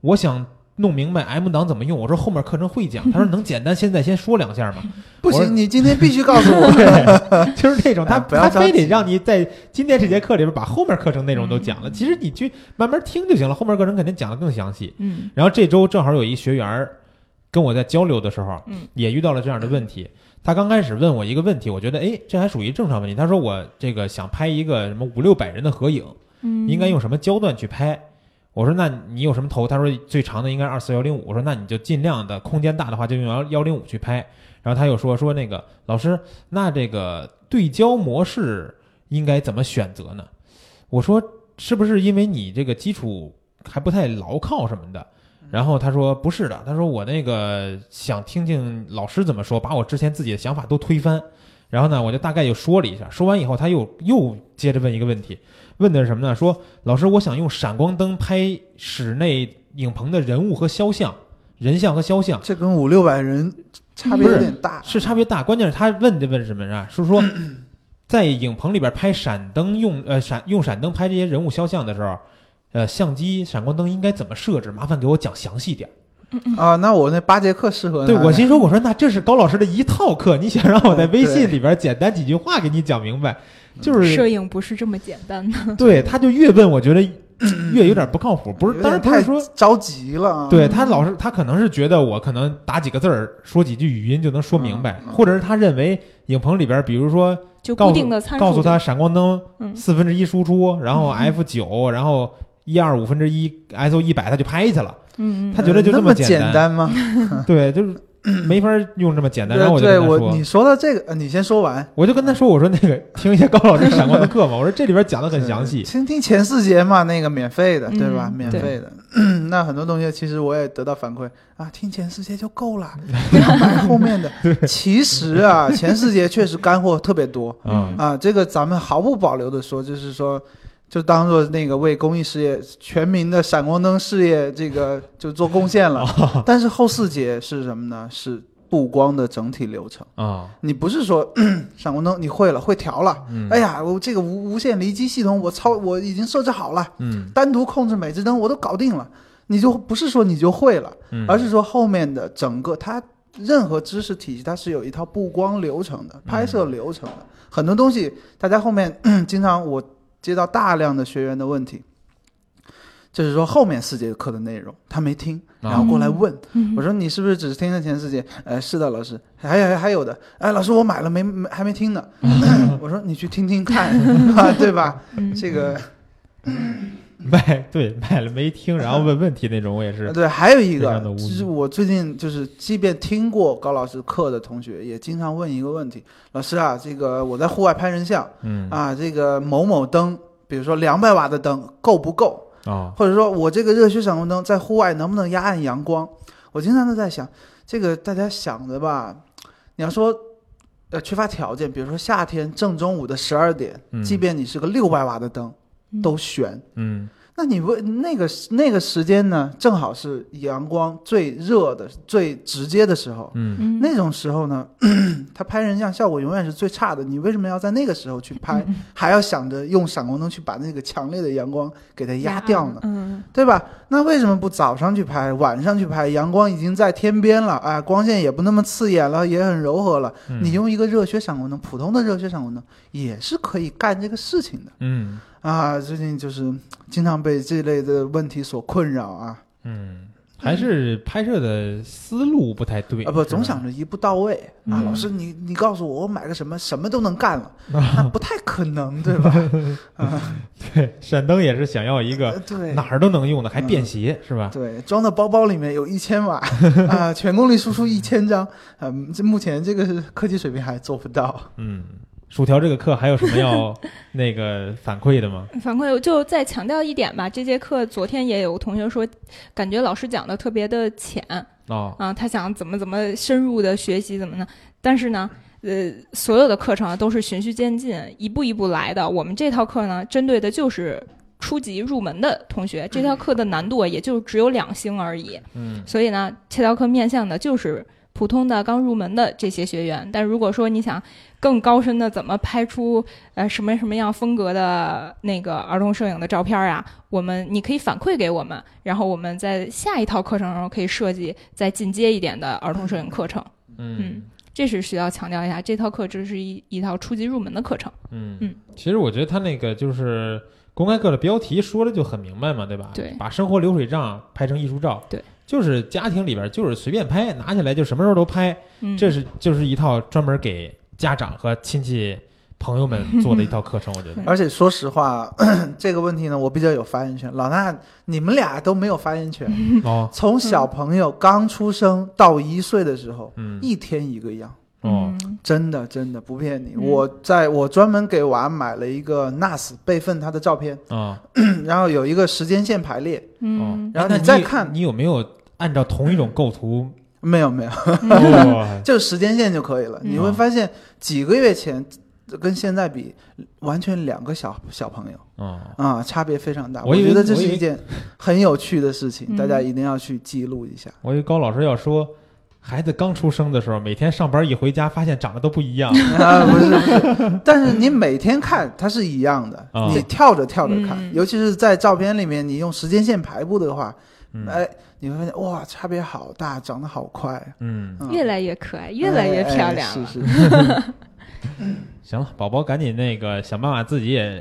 S1: 我想。弄明白 M 档怎么用，我说后面课程会讲。他说能简单，现在先说两下吗？
S2: 不
S1: 我说
S2: 行，你今天必须告 诉我。
S1: 对，就是那种他、
S2: 哎不要
S1: 他
S2: 着
S1: 非得
S2: 急
S1: 让你在今天这节课里边把后面课程内容都讲了，
S3: 嗯
S1: 其实你去慢慢听就行了，后面课程肯定讲的更详细。
S3: 嗯
S1: 然后这周正好有一学员儿跟我在交流的时候，
S3: 嗯
S1: 也遇到了这样的问题。他刚开始问我一个问题，我觉得哎，这还属于正常问题。他说我这个想拍一个什么五六百人的合影，
S3: 嗯，
S1: 应该用什么焦段去拍？我说那你有什么头？他说最长的应该二四幺零五。我说那你就尽量的空间大的话就用幺幺零五去拍。然后他又说说那个老师，那这个对焦模式应该怎么选择呢？我说是不是因为你这个基础还不太牢靠什么的？然后他说不是的，他说我那个想听听老师怎么说，把我之前自己的想法都推翻。然后呢，我就大概又说了一下，说完以后他又又接着问一个问题，问的是什么呢？说老师，我想用闪光灯拍室内影棚的人物和肖像、人像和肖像，
S2: 这跟五六百人差别有点大。
S1: 是差别大。关键是他问的问是什么呀？是说在影棚里边拍闪灯用呃闪用闪灯拍这些人物肖像的时候，呃，相机闪光灯应该怎么设置？麻烦给我讲详细点儿。
S2: 啊，那我那八节课适合
S1: 对
S2: 拿
S1: 我
S2: 来
S1: 心说，我说那这是高老师的一套课，你想让我在
S2: 嗯
S1: 微信
S2: 对
S1: 里边简单几句话给你讲明白，
S2: 嗯
S1: 就是
S3: 摄影不是这么简单的。
S1: 对，他就越问，我觉得
S2: 嗯
S1: 越有点不靠谱，不是，
S2: 有
S1: 当然
S2: 点
S1: 不是
S2: 太
S1: 说。
S2: 着急了啊，
S1: 对他老是，他可能是觉得我可能打几个字儿，说几句语音就能说明白，
S2: 嗯嗯
S1: 或者是他认为影棚里边，比如说
S3: 就
S1: 告
S3: 固
S1: 诉
S3: 定的参数，
S1: 告诉他闪光灯
S3: 嗯
S1: 四分之一输出，然后 F 九，然后一二五分之一 ISO 一百，他就拍去了。
S3: 嗯，嗯
S1: 他觉得就这
S2: 呃那
S1: 么
S2: 么
S1: 简单
S2: 单吗？
S1: 对，就是没法用这么简单。然后
S2: 嗯对
S1: 我就跟
S2: 对
S1: 他
S2: 我，
S1: 说
S2: 你，说到这个，呃你先说完，
S1: 我就跟他说，我说那个听一下高老师闪光的课嘛，我说这里边讲的很详细
S2: 嗯。听听前四节嘛，那个免费的，对吧？
S3: 嗯
S2: 免
S1: 对
S2: 费的， 那很多东西其实我也得到反馈啊，听前四节就够 了，不要买后面的。其实啊，前四节确实干货特别多
S1: 嗯
S2: 啊，这个咱们毫不保留的说，就是说。就当做那个为公益事业、全民的闪光灯事业这个就做贡献了。但是后四节是什么呢？是布光的整体流程。
S1: 啊，
S2: 你不是说 闪光灯你会了，会调了，
S1: 嗯
S2: 哎呀，我这个无无线离机系统我操，我已经设置好了，
S1: 嗯
S2: 单独控制每只灯我都搞定了。你就不是说你就会了，
S1: 嗯，
S2: 而是说后面的整个它任何知识体系它是有一套布光流程的、拍摄流程的，很多东西大家后面经常我接到大量的学员的问题。就是说，后面四节课的内容他没听，
S1: 啊
S2: 然后过来问，
S3: 嗯
S2: 我说你是不是只是听了前四节？哎，是的，老师。还有还有的，哎，老师我买了没没还没听呢。 我说你去听听看， 啊、对吧？
S3: 嗯
S2: 这个
S1: 卖对卖了没听，然后问问题那种，我也是。
S2: 呃对，还有一
S1: 非
S2: 个
S1: 常地无语
S2: 就是我最近就是，即便听过高老师课的同学，也经常问一个问题：老师啊，这个我在户外拍人像
S1: 嗯
S2: 啊，这个某某灯，比如说两百瓦的灯够不够？
S1: 啊，
S2: 或者说我这个热血闪光灯在户外能不能压暗阳光？我经常都在想，这个大家想的吧，你要说，呃，缺乏条件，比如说夏天正中午的十二点，
S1: 嗯
S2: 即便你是个六百瓦的灯，
S3: 嗯
S2: 都悬。
S1: 嗯
S2: 那你问那个那个时间呢，正好是阳光最热的、最直接的时候。
S1: 嗯
S3: 嗯
S2: 那种时候呢， 他拍人像效果永远是最差的。你为什么要在那个时候去拍，
S1: 嗯
S2: 还要想着用闪光灯去把那个强烈的阳光给它压掉呢？
S3: 嗯，
S2: 对吧？那为什么不早上去拍，晚上去拍？阳光已经在天边了，啊，光线也不那么刺眼了，也很柔和了。
S1: 嗯，
S2: 你用一个热血闪光灯，普通的热血闪光灯也是可以干这个事情的
S1: 嗯
S2: 啊。最近就是经常被这类的问题所困扰啊，
S1: 嗯，还是拍摄的思路不太对
S2: 啊不，
S1: 是吧
S2: 总想着一步到位啊。
S3: 嗯
S2: 老师，你你告诉我，我买个什么什么都能 干了，那不太可能，对吧？啊
S1: 对闪灯也是想要一个
S2: 呃对
S1: 哪。儿都能用的，还便携是吧？
S2: 对，装到包包里面有一千 瓦，啊、全功率输出一千张，嗯、这目前这个是科技水平还做不到。
S1: 嗯，薯条这个课还有什么要那个 反馈的吗？
S3: 反馈我就再强调一点吧。这节课昨天也有同学说，感觉老师讲的特别的浅
S1: 哦，
S3: 啊，他想怎么怎么深入的学习怎么呢？但是呢。呃，所有的课程啊都是循序渐进，一步一步来的。我们这套课呢，针对的就是初级入门的同学，这套课的难度啊也就只有两星而已。
S1: 嗯
S3: 所以呢，切条课面向的就是普通的刚入门的这些学员。但如果说你想更高深的怎么拍出呃什么什么样风格的那个儿童摄影的照片啊，我们你可以反馈给我们，然后我们在下一套课程中可以设计再进阶一点的儿童摄影课程。
S1: 嗯
S3: 这是需要强调一下，这套课只是一一套初级入门的课程。
S1: 嗯
S3: 嗯
S1: 其实我觉得他那个就是公开课的标题说的就很明白嘛，对吧？
S3: 对
S1: 把生活流水账拍成艺术照。
S3: 对。
S1: 就是家庭里边就是随便拍，拿起来就什么时候都拍，
S3: 嗯，
S1: 这是就是一套专门给家长和亲戚朋友 们做的一套课程，我觉得。
S2: 而且说实话， 这个问题呢，我比较有发言权。老衲，你们俩都没有发言权。
S1: 哦，
S2: 从小朋友刚出生到一岁的时候，
S1: 嗯，
S2: 一天一个样，
S1: 哦，
S3: 嗯
S2: 真的真的不骗你。
S3: 嗯
S2: 我在我专门给娃买了一个 NAS 备份他的照片，
S1: 啊，
S2: 然后有一个时间线排列。
S1: 哦
S3: 嗯，
S2: 然后
S1: 哎那
S2: 你再看
S1: 你有没有按照同一种构图？
S2: 没有 没有，
S1: 哦
S2: 就是时间线就可以了。
S3: 嗯
S2: 你会发现几个月前跟现在比，完全两个小小朋友。
S1: 哦，
S2: 啊，差别非常大。
S1: 我以为
S2: 觉得这
S1: 我
S2: 是
S1: 以为
S2: 一件很有趣的事情，
S3: 嗯
S2: 大家一定要去记录一下。
S1: 我以为高老师要说，孩子刚出生的时候，每天上班一回家，发现长得都不一样。
S2: 啊，不是不是，但是你每天看它是一样的，
S1: 啊
S2: 你跳着跳着看，
S3: 嗯
S2: 尤其是在照片里面，你用时间线排布的话，
S1: 嗯
S2: 哎，你会发现哇，差别好大，长得好快，
S1: 嗯，
S2: 嗯、
S3: 越来越可爱，越来越漂亮
S2: 哎哎
S3: 了。
S2: 是是，
S1: 行了，宝宝赶紧那个想办法自己也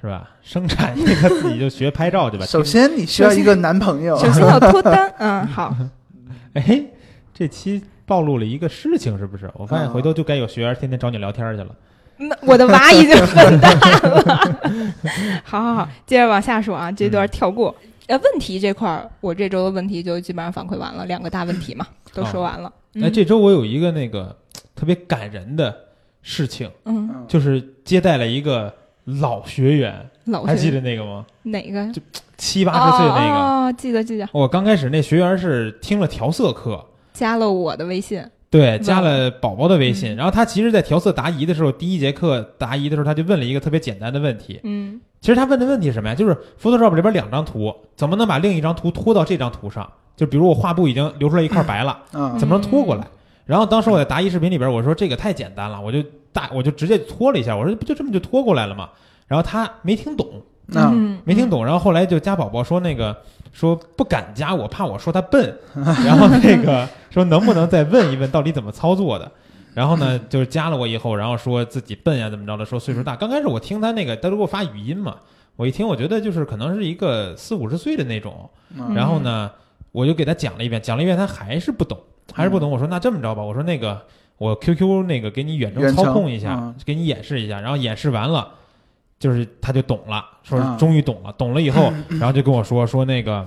S1: 是吧，生产一个自己就学拍照去吧。
S2: 首先你需要一个男朋友，
S3: 首先要脱单，嗯，好，
S1: 哎，这期暴露了一个事情，是不是？我发现
S2: 啊
S1: 回头就该有学员天天找你聊天去了。
S3: 那我的娃已经很大了。好好好，接着往下说啊，这段跳过。呃，问题这块儿，我这周的问题就基本上反馈完了，两个大问题嘛，都说完了。
S1: 哎，这周我有一个那个特别感人的事情，
S3: 嗯，
S2: 嗯
S1: 就是接待了一个老学员，
S3: 老
S1: 还记
S3: 得
S1: 得那个吗？
S3: 哪个呀？
S1: 七八十岁那个。
S3: 哦哦，记得记得，
S1: 我刚开始那学员是听了调色课，
S3: 加了我的微信。
S1: 对，加
S2: 嗯
S1: 了宝宝的微信。然后他其实，在调色答疑的时候，第一节课答疑的时候，他就问了一个特别简单的问题。
S3: 嗯
S1: 其实他问的问题是什么呀？就是 Photoshop 里边两张图，怎么能把另一张图拖到这张图上？就比如我画布已经留出来一块白了，
S2: 嗯
S1: 怎么能拖过来？然后当时我在答疑视频里边，我说这个太简单了，我就大我就直接拖了一下，我说不就这么就拖过来了吗？然后他没听懂，
S2: 那、
S3: 嗯，
S1: 没听懂，然后后来就加宝宝说那个说不敢加我，怕我说他笨， 然后那个说能不能再问一问到底怎么操作的。然后呢，就是加了我以后，然后说自己笨呀，怎么着的，说岁数大。刚开始我听他那个，他都给我发语音嘛，我一听，我觉得就是可能是一个四五十岁的那种。
S2: 嗯
S1: 然后呢，我就给他讲了一遍，讲了一遍，他还是不懂，还是不懂。我说那这么着吧，我说那个我 QQ 那个给你远程
S2: 远程
S1: 操控一下，
S2: 嗯
S1: 给你演示一下，然后演示完了，就是他就懂了，说
S2: 嗯
S1: 终于懂了，懂了以后，然后就跟我说说那个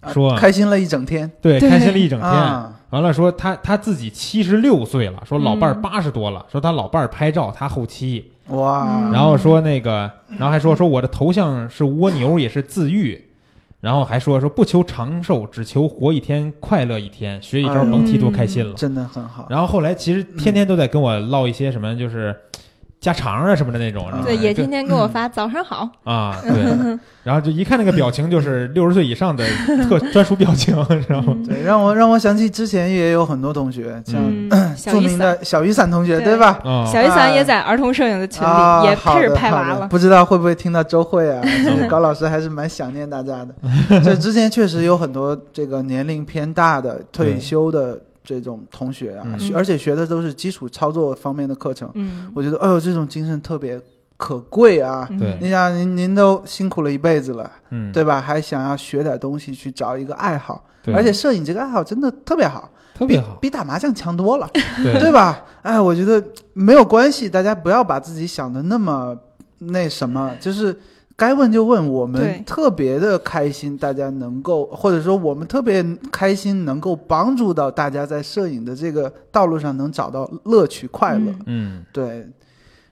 S2: 啊
S1: 说
S2: 开心了一整天，
S1: 对
S3: 对
S1: 开心了一整天。
S2: 啊，
S1: 完了，说他他自己七十六岁了，说老伴儿
S3: 嗯
S1: 八十多了，说他老伴儿拍照，他后期，
S2: 哇，
S3: 嗯
S1: 然后说那个，然后还说说我的头像是蜗牛，也是自愈，然后还说说不求长寿，只求活一天快乐一天，学一招
S2: 哎呦
S1: 甭提多开心了。
S2: 真的很好，
S1: 然后后来其实天天都在跟我唠一些什么就是家常啊什么的那种，
S2: 嗯
S1: 然后
S3: 对，
S2: 嗯
S1: 就
S3: 也天天给我发早上好。
S1: 啊 对，然后就一看那个表情就是六十岁以上的特专属表情，知道吗？
S3: 嗯
S2: 对，让我让我想起之前也有很多同学，像
S3: 嗯，小
S2: 著
S3: 雨
S2: 名
S3: 伞，
S2: 的小雨伞同学，
S3: 对
S2: 对吧？
S1: 啊，
S3: 小雨伞
S2: 哎
S3: 也在儿童摄影的群
S2: 啊
S3: 里也开始拍
S2: 好
S3: 娃
S2: 的好的
S3: 了。
S2: 不知道会不会听到周 慧啊？就是高老师还是蛮想念大家的。这之前确实有很多这个年龄偏大的退休的这种同学啊
S1: 嗯，
S2: 学而且学的都是基础操作方面的课程。
S3: 嗯，
S2: 我觉得，哎呦，这种精神特别可贵啊！
S3: 嗯
S1: 对
S2: 你想，您您都辛苦了一辈子了，
S1: 嗯
S2: 对吧？还想要学点东西，去找一个爱好，
S1: 对，
S2: 而且摄影这个爱好真的特别好，
S1: 特别好，
S2: 比比打麻将强多了。对
S1: 对
S2: 吧？哎，我觉得没有关系，大家不要把自己想的那么那什么，就是该问就问。我
S3: 对
S2: 们特别的开心，大家能够，或者说我们特别开心，能够帮助到大家在摄影的这个道路上能找到乐趣、快乐。
S3: 嗯
S1: 嗯
S2: 对，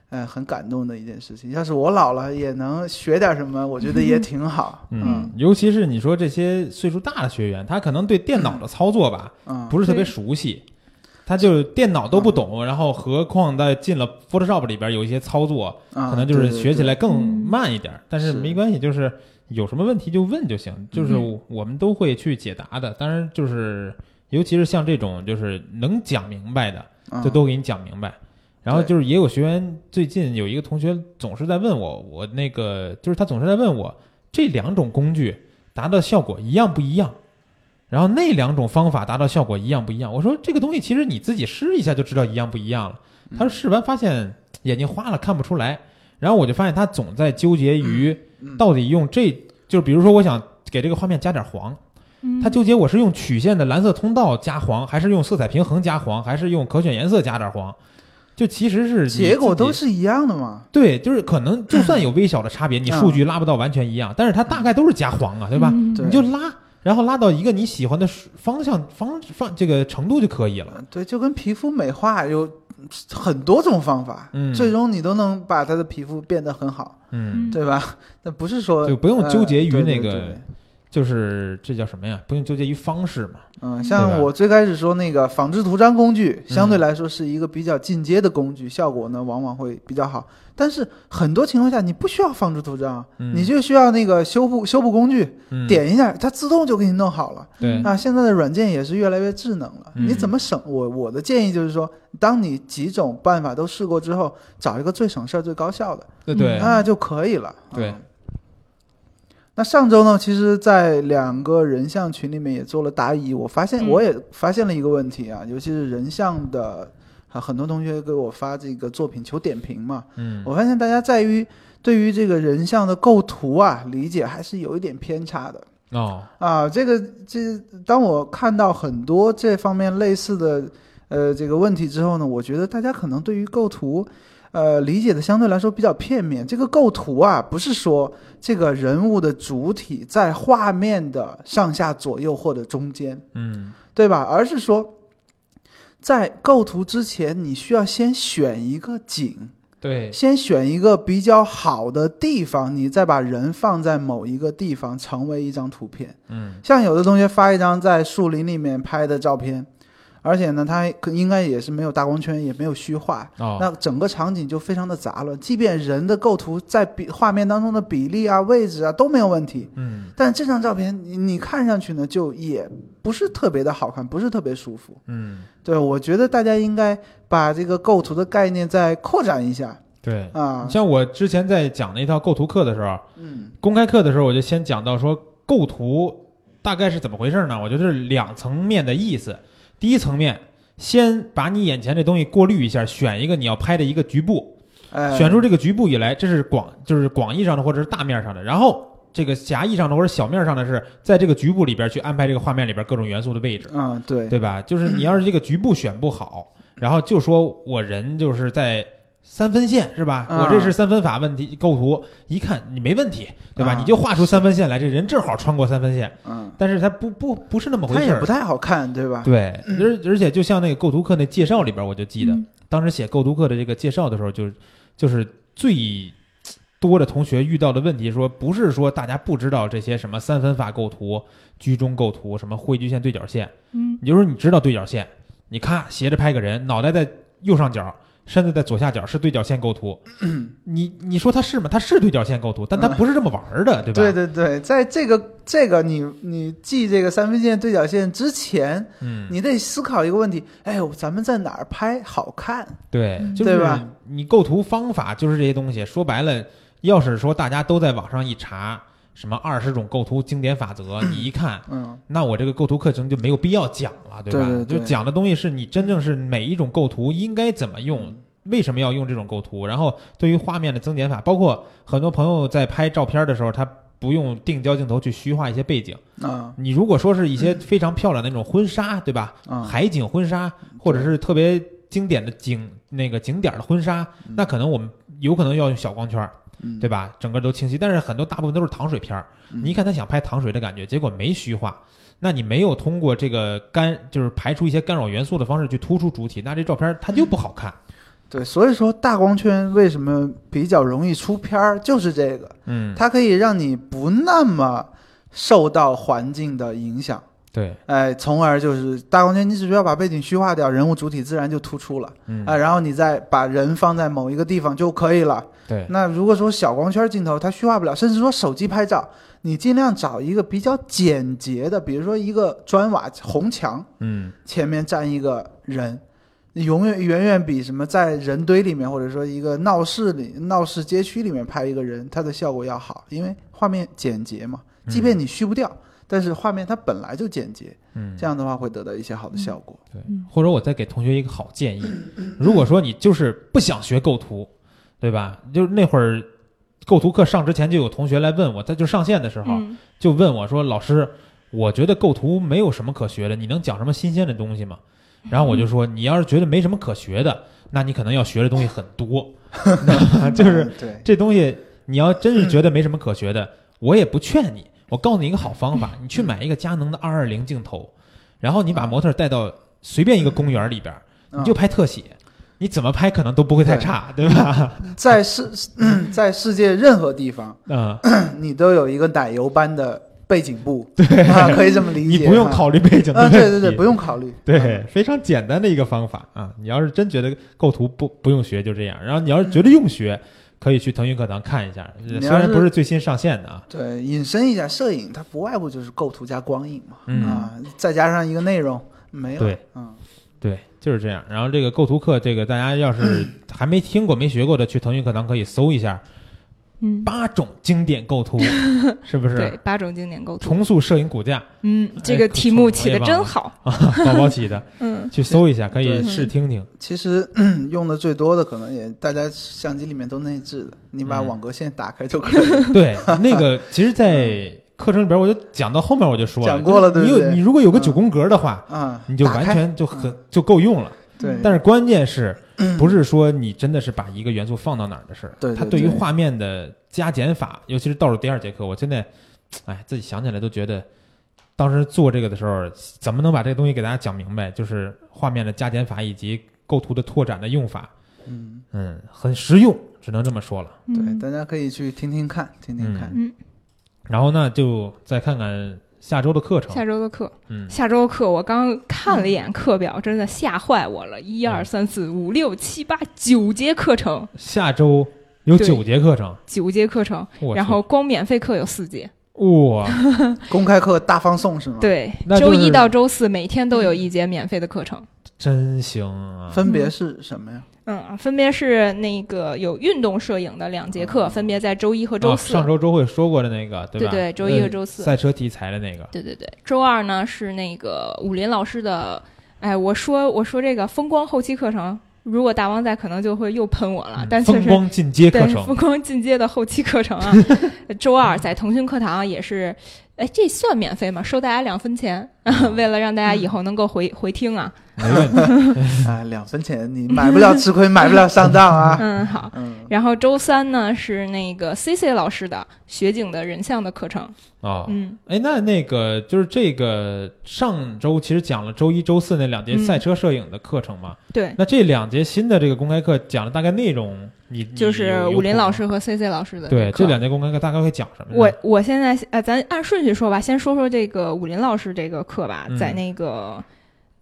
S2: 哎，很感动的一件事情。要是我老了也能学点什么，我觉得也挺好。
S1: 嗯，尤其是你说这些岁数大的学员，他可能对电脑的操作吧。
S2: 嗯，
S1: 不是特别熟悉，他就是电脑都不
S2: 啊
S1: 懂，然后何况在进了 Photoshop 里边有一些操作，
S2: 啊
S1: 可能就是学起
S2: 对对对
S1: 来更慢一点，但是
S2: 是
S1: 没关系，就是有什么问题就问就行，就是
S3: 嗯
S1: 我们都会去解答的。当然就是，尤其是像这种就是能讲明白的，
S2: 嗯
S1: 就都给你讲明白。然后
S2: 对
S1: 就是也有学员最近有一个同学总是在问我，我那个就是他总是在问我这两种工具达到效果一样不一样，然后那两种方法达到效果一样不一样。我说这个东西其实你自己试一下就知道一样不一样了。
S2: 嗯
S1: 他说试完发现眼睛花了看不出来，然后我就发现他总在纠结于
S2: 嗯
S1: 到底用这就是比如说我想给这个画面加点黄，
S3: 嗯
S1: 他纠结我是用曲线的蓝色通道加黄，还是用色彩平衡加黄，还是用可选颜色加点黄？就其实是你
S2: 嗯结果
S1: 自己
S2: 都是一样的嘛。
S1: 对，就是可能就算有微小的差别，你
S2: 嗯
S1: 数据拉不到完全一样，但是它大概都是加黄啊，对吧？
S3: 嗯
S2: 对
S1: 你就拉，然后拉到一个你喜欢的数方向方方这个程度就可以了。
S2: 嗯对，就跟皮肤美化有很多种方法，
S1: 嗯
S2: 最终你都能把他的皮肤变得很好，
S1: 嗯，
S2: 对吧？那不是说
S1: 就不用
S2: 呃
S1: 纠结于
S2: 对
S1: 那
S2: 对
S1: 个
S2: 对
S1: 就是这叫什么呀？不用纠结于方式嘛。
S2: 嗯，
S1: 对吧嗯
S2: 像我最开始说那个仿制图章工具，相对来说是一个比较进阶的工具，效果呢往往会比较好。但是很多情况下你不需要仿制图章，
S1: 嗯、
S2: 你就需要那个修复修复工具，
S1: 嗯
S2: 点一下它自动就给你弄好了。
S1: 对
S3: 嗯
S2: 啊，现在的软件也是越来越智能了，
S1: 嗯
S2: 你怎么省？我我的建议就是说，当你几种办法都试过之后，找一个最省事儿、最高效的，
S1: 对对，
S2: 那就可以了。
S1: 对
S2: 嗯那上周呢，其实，在两个人像群里面也做了答疑，我发现
S3: 嗯
S2: 我也发现了一个问题啊，尤其是人像的，啊很多同学给我发这个作品求点评嘛，
S1: 嗯
S2: 我发现大家在于对于这个人像的构图啊理解还是有一点偏差的。
S1: 哦，
S2: 啊，这个这，当我看到很多这方面类似的呃这个问题之后呢，我觉得大家可能对于构图。呃，理解的相对来说比较片面。这个构图啊，不是说这个人物的主体在画面的上下左右或者中间，
S1: 嗯
S2: 对吧？而是说，在构图之前，你需要先选一个景，
S1: 对，
S2: 先选一个比较好的地方，你再把人放在某一个地方，成为一张图片。
S1: 嗯
S2: 像有的同学发一张在树林里面拍的照片，而且呢，他可应该也是没有大光圈，也没有虚化，
S1: 哦，
S2: 那整个场景就非常的杂乱。即便人的构图在比画面当中的比例啊、位置啊都没有问题，
S1: 嗯
S2: 但这张照片你你看上去呢，就也不是特别的好看，不是特别舒服。
S1: 嗯，
S2: 对，我觉得大家应该把这个构图的概念再扩展一下
S1: 对。
S2: 啊
S1: 你。像我之前在讲那套构图课的时候，
S2: 嗯
S1: 公开课的时候，我就先讲到说构图大概是怎么回事呢？我觉得是两层面的意思。第一层面，先把你眼前这东西过滤一下，选一个你要拍的一个局部，
S2: 哎，
S1: 选出这个局部以来，这是广就是广义上的或者是大面上的，然后。这个狭义上的或者小面上的是在这个局部里边去安排这个画面里边各种元素的位置，
S2: 嗯，对，
S1: 对吧？就是你要是这个局部选不好，然后就说我人就是在三分线是吧？
S2: 啊
S1: 我这是三分法问题构图，一看你没问题，对吧？
S2: 啊
S1: 你就画出三分线来，这人正好穿过三分线，
S2: 嗯，
S1: 但是它不不不是那么回
S2: 它
S1: 事
S2: 也
S1: 儿
S2: 不。太嗯好看，对吧？
S1: 对，而而且就像那个构图课那介绍里边，我就记得
S3: 嗯
S1: 当时写构图课的这个介绍的时候，就是就是最多的同学遇到的问题，说不是说大家不知道这些什么三分法构图、居中构图、什么汇聚线、对角线，
S3: 嗯
S1: 也就是说你知道对角线，你咔斜着拍个人，脑袋在右上角，身子在左下角，是对角线构 图。你你说它是吗？它是对角线构图，但它不是这么玩儿的，对吧？
S2: 对对对，在这个这个你你记这个三分线对角线之前，
S1: 嗯，
S2: 你得思考一个问题：哎呦，咱们在哪儿拍好看？
S1: 对，
S3: 嗯
S1: 就是
S2: 对吧
S1: 你构图方法就是这些东西。说白了，要是说大家都在网上一查什么二十种构图经典法 则，你一看。
S2: 嗯，
S1: 那我这个构图课程就没有必要讲了，对吧？
S2: 对对对
S1: 就讲的东西是你真正是每一种构图应该怎么用，为什么要用这种构图，然后对于画面的增减法，包括很多朋友在拍照片的时候，他不用定焦镜头去虚化一些背景。
S2: 啊
S1: 你如果说是一些非常漂亮的那种婚纱，对吧？
S2: 啊，
S1: 海景婚纱，或者是特别经典的景那个景点的婚纱，
S2: 嗯
S1: 那可能我们有可能要用小光圈儿，
S2: 嗯
S1: 对吧？整个都清晰，但是很多大部分都是糖水片儿。
S2: 嗯
S1: 你一看他想拍糖水的感觉，结果没虚化，那你没有通过这个干就是排除一些干扰元素的方式去突出主体，那这照片它就不好看。
S2: 对，所以说大光圈为什么比较容易出片儿，就是这个，
S1: 嗯，
S2: 它可以让你不那么受到环境的影响。
S1: 对，
S2: 哎，从而就是大光圈，你只需要把背景虚化掉，人物主体自然就突出了
S1: 嗯
S2: 啊、，然后你再把人放在某一个地方就可以了。
S1: 对，
S2: 那如果说小光圈镜头它虚化不了，甚至说手机拍照，你尽量找一个比较简洁的，比如说一个砖瓦红墙
S1: 嗯，
S2: 前面站一个人，你永远远远比什么在人堆里面或者说一个闹市里闹市街区里面拍一个人，它的效果要好，因为画面简洁嘛，即便你虚不掉。但是画面它本来就简洁，
S1: 嗯，
S2: 这样的话会得到一些好的效果。
S1: 对
S3: 嗯，
S1: 或者我再给同学一个好建议，
S2: 嗯
S1: 如果说你就是不想学构图，对吧？就是那会儿构图课上之前就有同学来问我，在就上线的时候，
S3: 嗯
S1: 就问我说：“老师，我觉得构图没有什么可学的，你能讲什么新鲜的东西吗？”
S2: 嗯
S1: 然后我就说：“你要是觉得没什么可学的，那你可能要学的东西很 多， 那就是
S2: 嗯对，
S1: 这东西你要真是觉得没什么可学的，我也不劝你。我告诉你一个好方 法，你去买一个佳能的二二零镜头，然后你把模特带到随便一个公园里边，
S2: 嗯
S1: 你就拍特写。”你怎么拍可能都不会太差，对吧？
S2: 嗯在 世在世界任何地方，
S1: 嗯，
S2: 你都有一个奶油般的背景部，对、啊，可以这么理
S1: 你
S2: 解。
S1: 不用
S2: 虑，
S1: 考虑背景的
S2: 嗯、
S1: 问题，
S2: 对对对，不用考虑。嗯
S1: 对，非常简单的一个方法啊！你要是真觉得构图不不用学，就这样。然后你要是觉得用学，可以去腾讯课堂看一下，
S2: 嗯你要
S1: 虽然
S2: 是
S1: 不是最新上线的啊。
S2: 对，引申一下，摄影它不外乎就是构图加光影嘛，
S1: 嗯
S2: 啊，再加上一个内容，没有。
S1: 对，
S2: 嗯，
S1: 对，就是这样。然后这个构图课，这个大家要 是还没听过、没学过的，去腾讯课堂可以搜一下
S3: 嗯，
S1: 八种经典构 图，是不
S3: 对
S1: 是？，
S3: 八种经典构图，
S1: 重塑摄影骨架，
S3: 嗯，这
S1: 哎
S3: 个
S1: 可
S3: 题
S1: 重
S3: 目
S1: 我
S3: 起
S1: 也
S3: 的
S1: 忘了
S3: 真好，
S1: 宝宝起的，
S3: 嗯，
S1: 去搜一下，可以
S2: 对
S1: 试听听。
S2: 其实 嗯用的最多的可能也大家相机里面都内置的，你把
S1: 嗯
S2: 网格线打开就可以了。
S1: 对，那个其实，在课程里边，我就讲到后面我就说
S2: 讲过了
S1: 就是
S2: 对不
S1: 你有
S2: 对
S1: 你如果有个
S2: 嗯
S1: 九宫格的话，
S2: 嗯，
S1: 你就
S2: 打
S1: 完
S2: 开
S1: 全就很就够用了。
S2: 对，
S1: 但是关键是，不是说你真的是把一个元素放到哪儿的事儿？
S2: 嗯对对
S1: 它对于
S2: 对
S1: 画面的加减法，尤其是倒数第二节课，我现在，哎，自己想起来都觉得，当时做这个的时候，怎么能把这个东西给大家讲明白？就是画面的加减法以及构图的拓展的用法，
S2: 嗯，
S1: 嗯，很实用，只能这么说了。
S2: 对，
S3: 嗯
S2: 大家可以去听听看，听听看。
S3: 嗯，
S1: 然后呢，就再看看下周的课程
S3: 下，周的课，
S1: 嗯，
S3: 下周课我刚看了一眼课表，真的吓坏我了！一
S1: 嗯
S3: 二三四五六七八九节课程，
S1: 下周有
S3: 对
S1: 九节课程，
S3: 九节课程，
S1: 我
S3: 然
S1: 去
S3: 后光免费课有四节，
S1: 哇，
S2: 公开课大放送是吗？，
S3: 对，
S1: 嗯那就
S3: 周
S1: 是嗯
S3: 一到周四每天都有一节免费的课程。
S1: 真行啊！
S2: 分别是什么呀？
S3: 嗯，分别是那个有运动摄影的两节课，分别在周一和周
S1: 哦、
S3: 四。
S1: 上周周会说过的那个，吧？
S3: 对对周一和周四
S1: 呃赛车题材的那个，
S3: 对对对，周二呢是那个武林老师的，哎，我说我说这个风光后期课程，如果大王在，可能就会又喷我了，啊但
S1: 嗯
S3: 确
S1: 风
S3: 实
S1: 光进阶课
S3: 对，
S1: 程
S3: 风光进阶的后期课程 啊，周二在腾讯课堂也是，哎，这算免费吗？收大家两分钱，
S1: 嗯
S3: 为了让大家以后能够回回听啊。
S1: 没问题。
S2: 哎，两分钱你买不了吃亏，买不了上当 啊。
S3: 嗯，好。
S2: 嗯，
S3: 然后周三呢是那个 C C 老师的雪景的人像的课程，
S1: 哦，
S3: 嗯，
S1: 哎，那那个就是这个上周其实讲了周一、周四那两节
S3: 嗯
S1: 赛车摄影的课程嘛，
S3: 对，
S1: 那这两节新的这个公开课讲的大概内容，你你
S3: 就是
S1: 有有
S3: 武林
S1: 谱吗
S3: 老师和 C C 老师的
S1: 对
S3: 课
S1: 这两节公开课大概会讲什么呢？
S3: 我我现在呃，咱按顺序说吧，先说说这个武林老师这个课吧，
S1: 嗯
S3: 在那个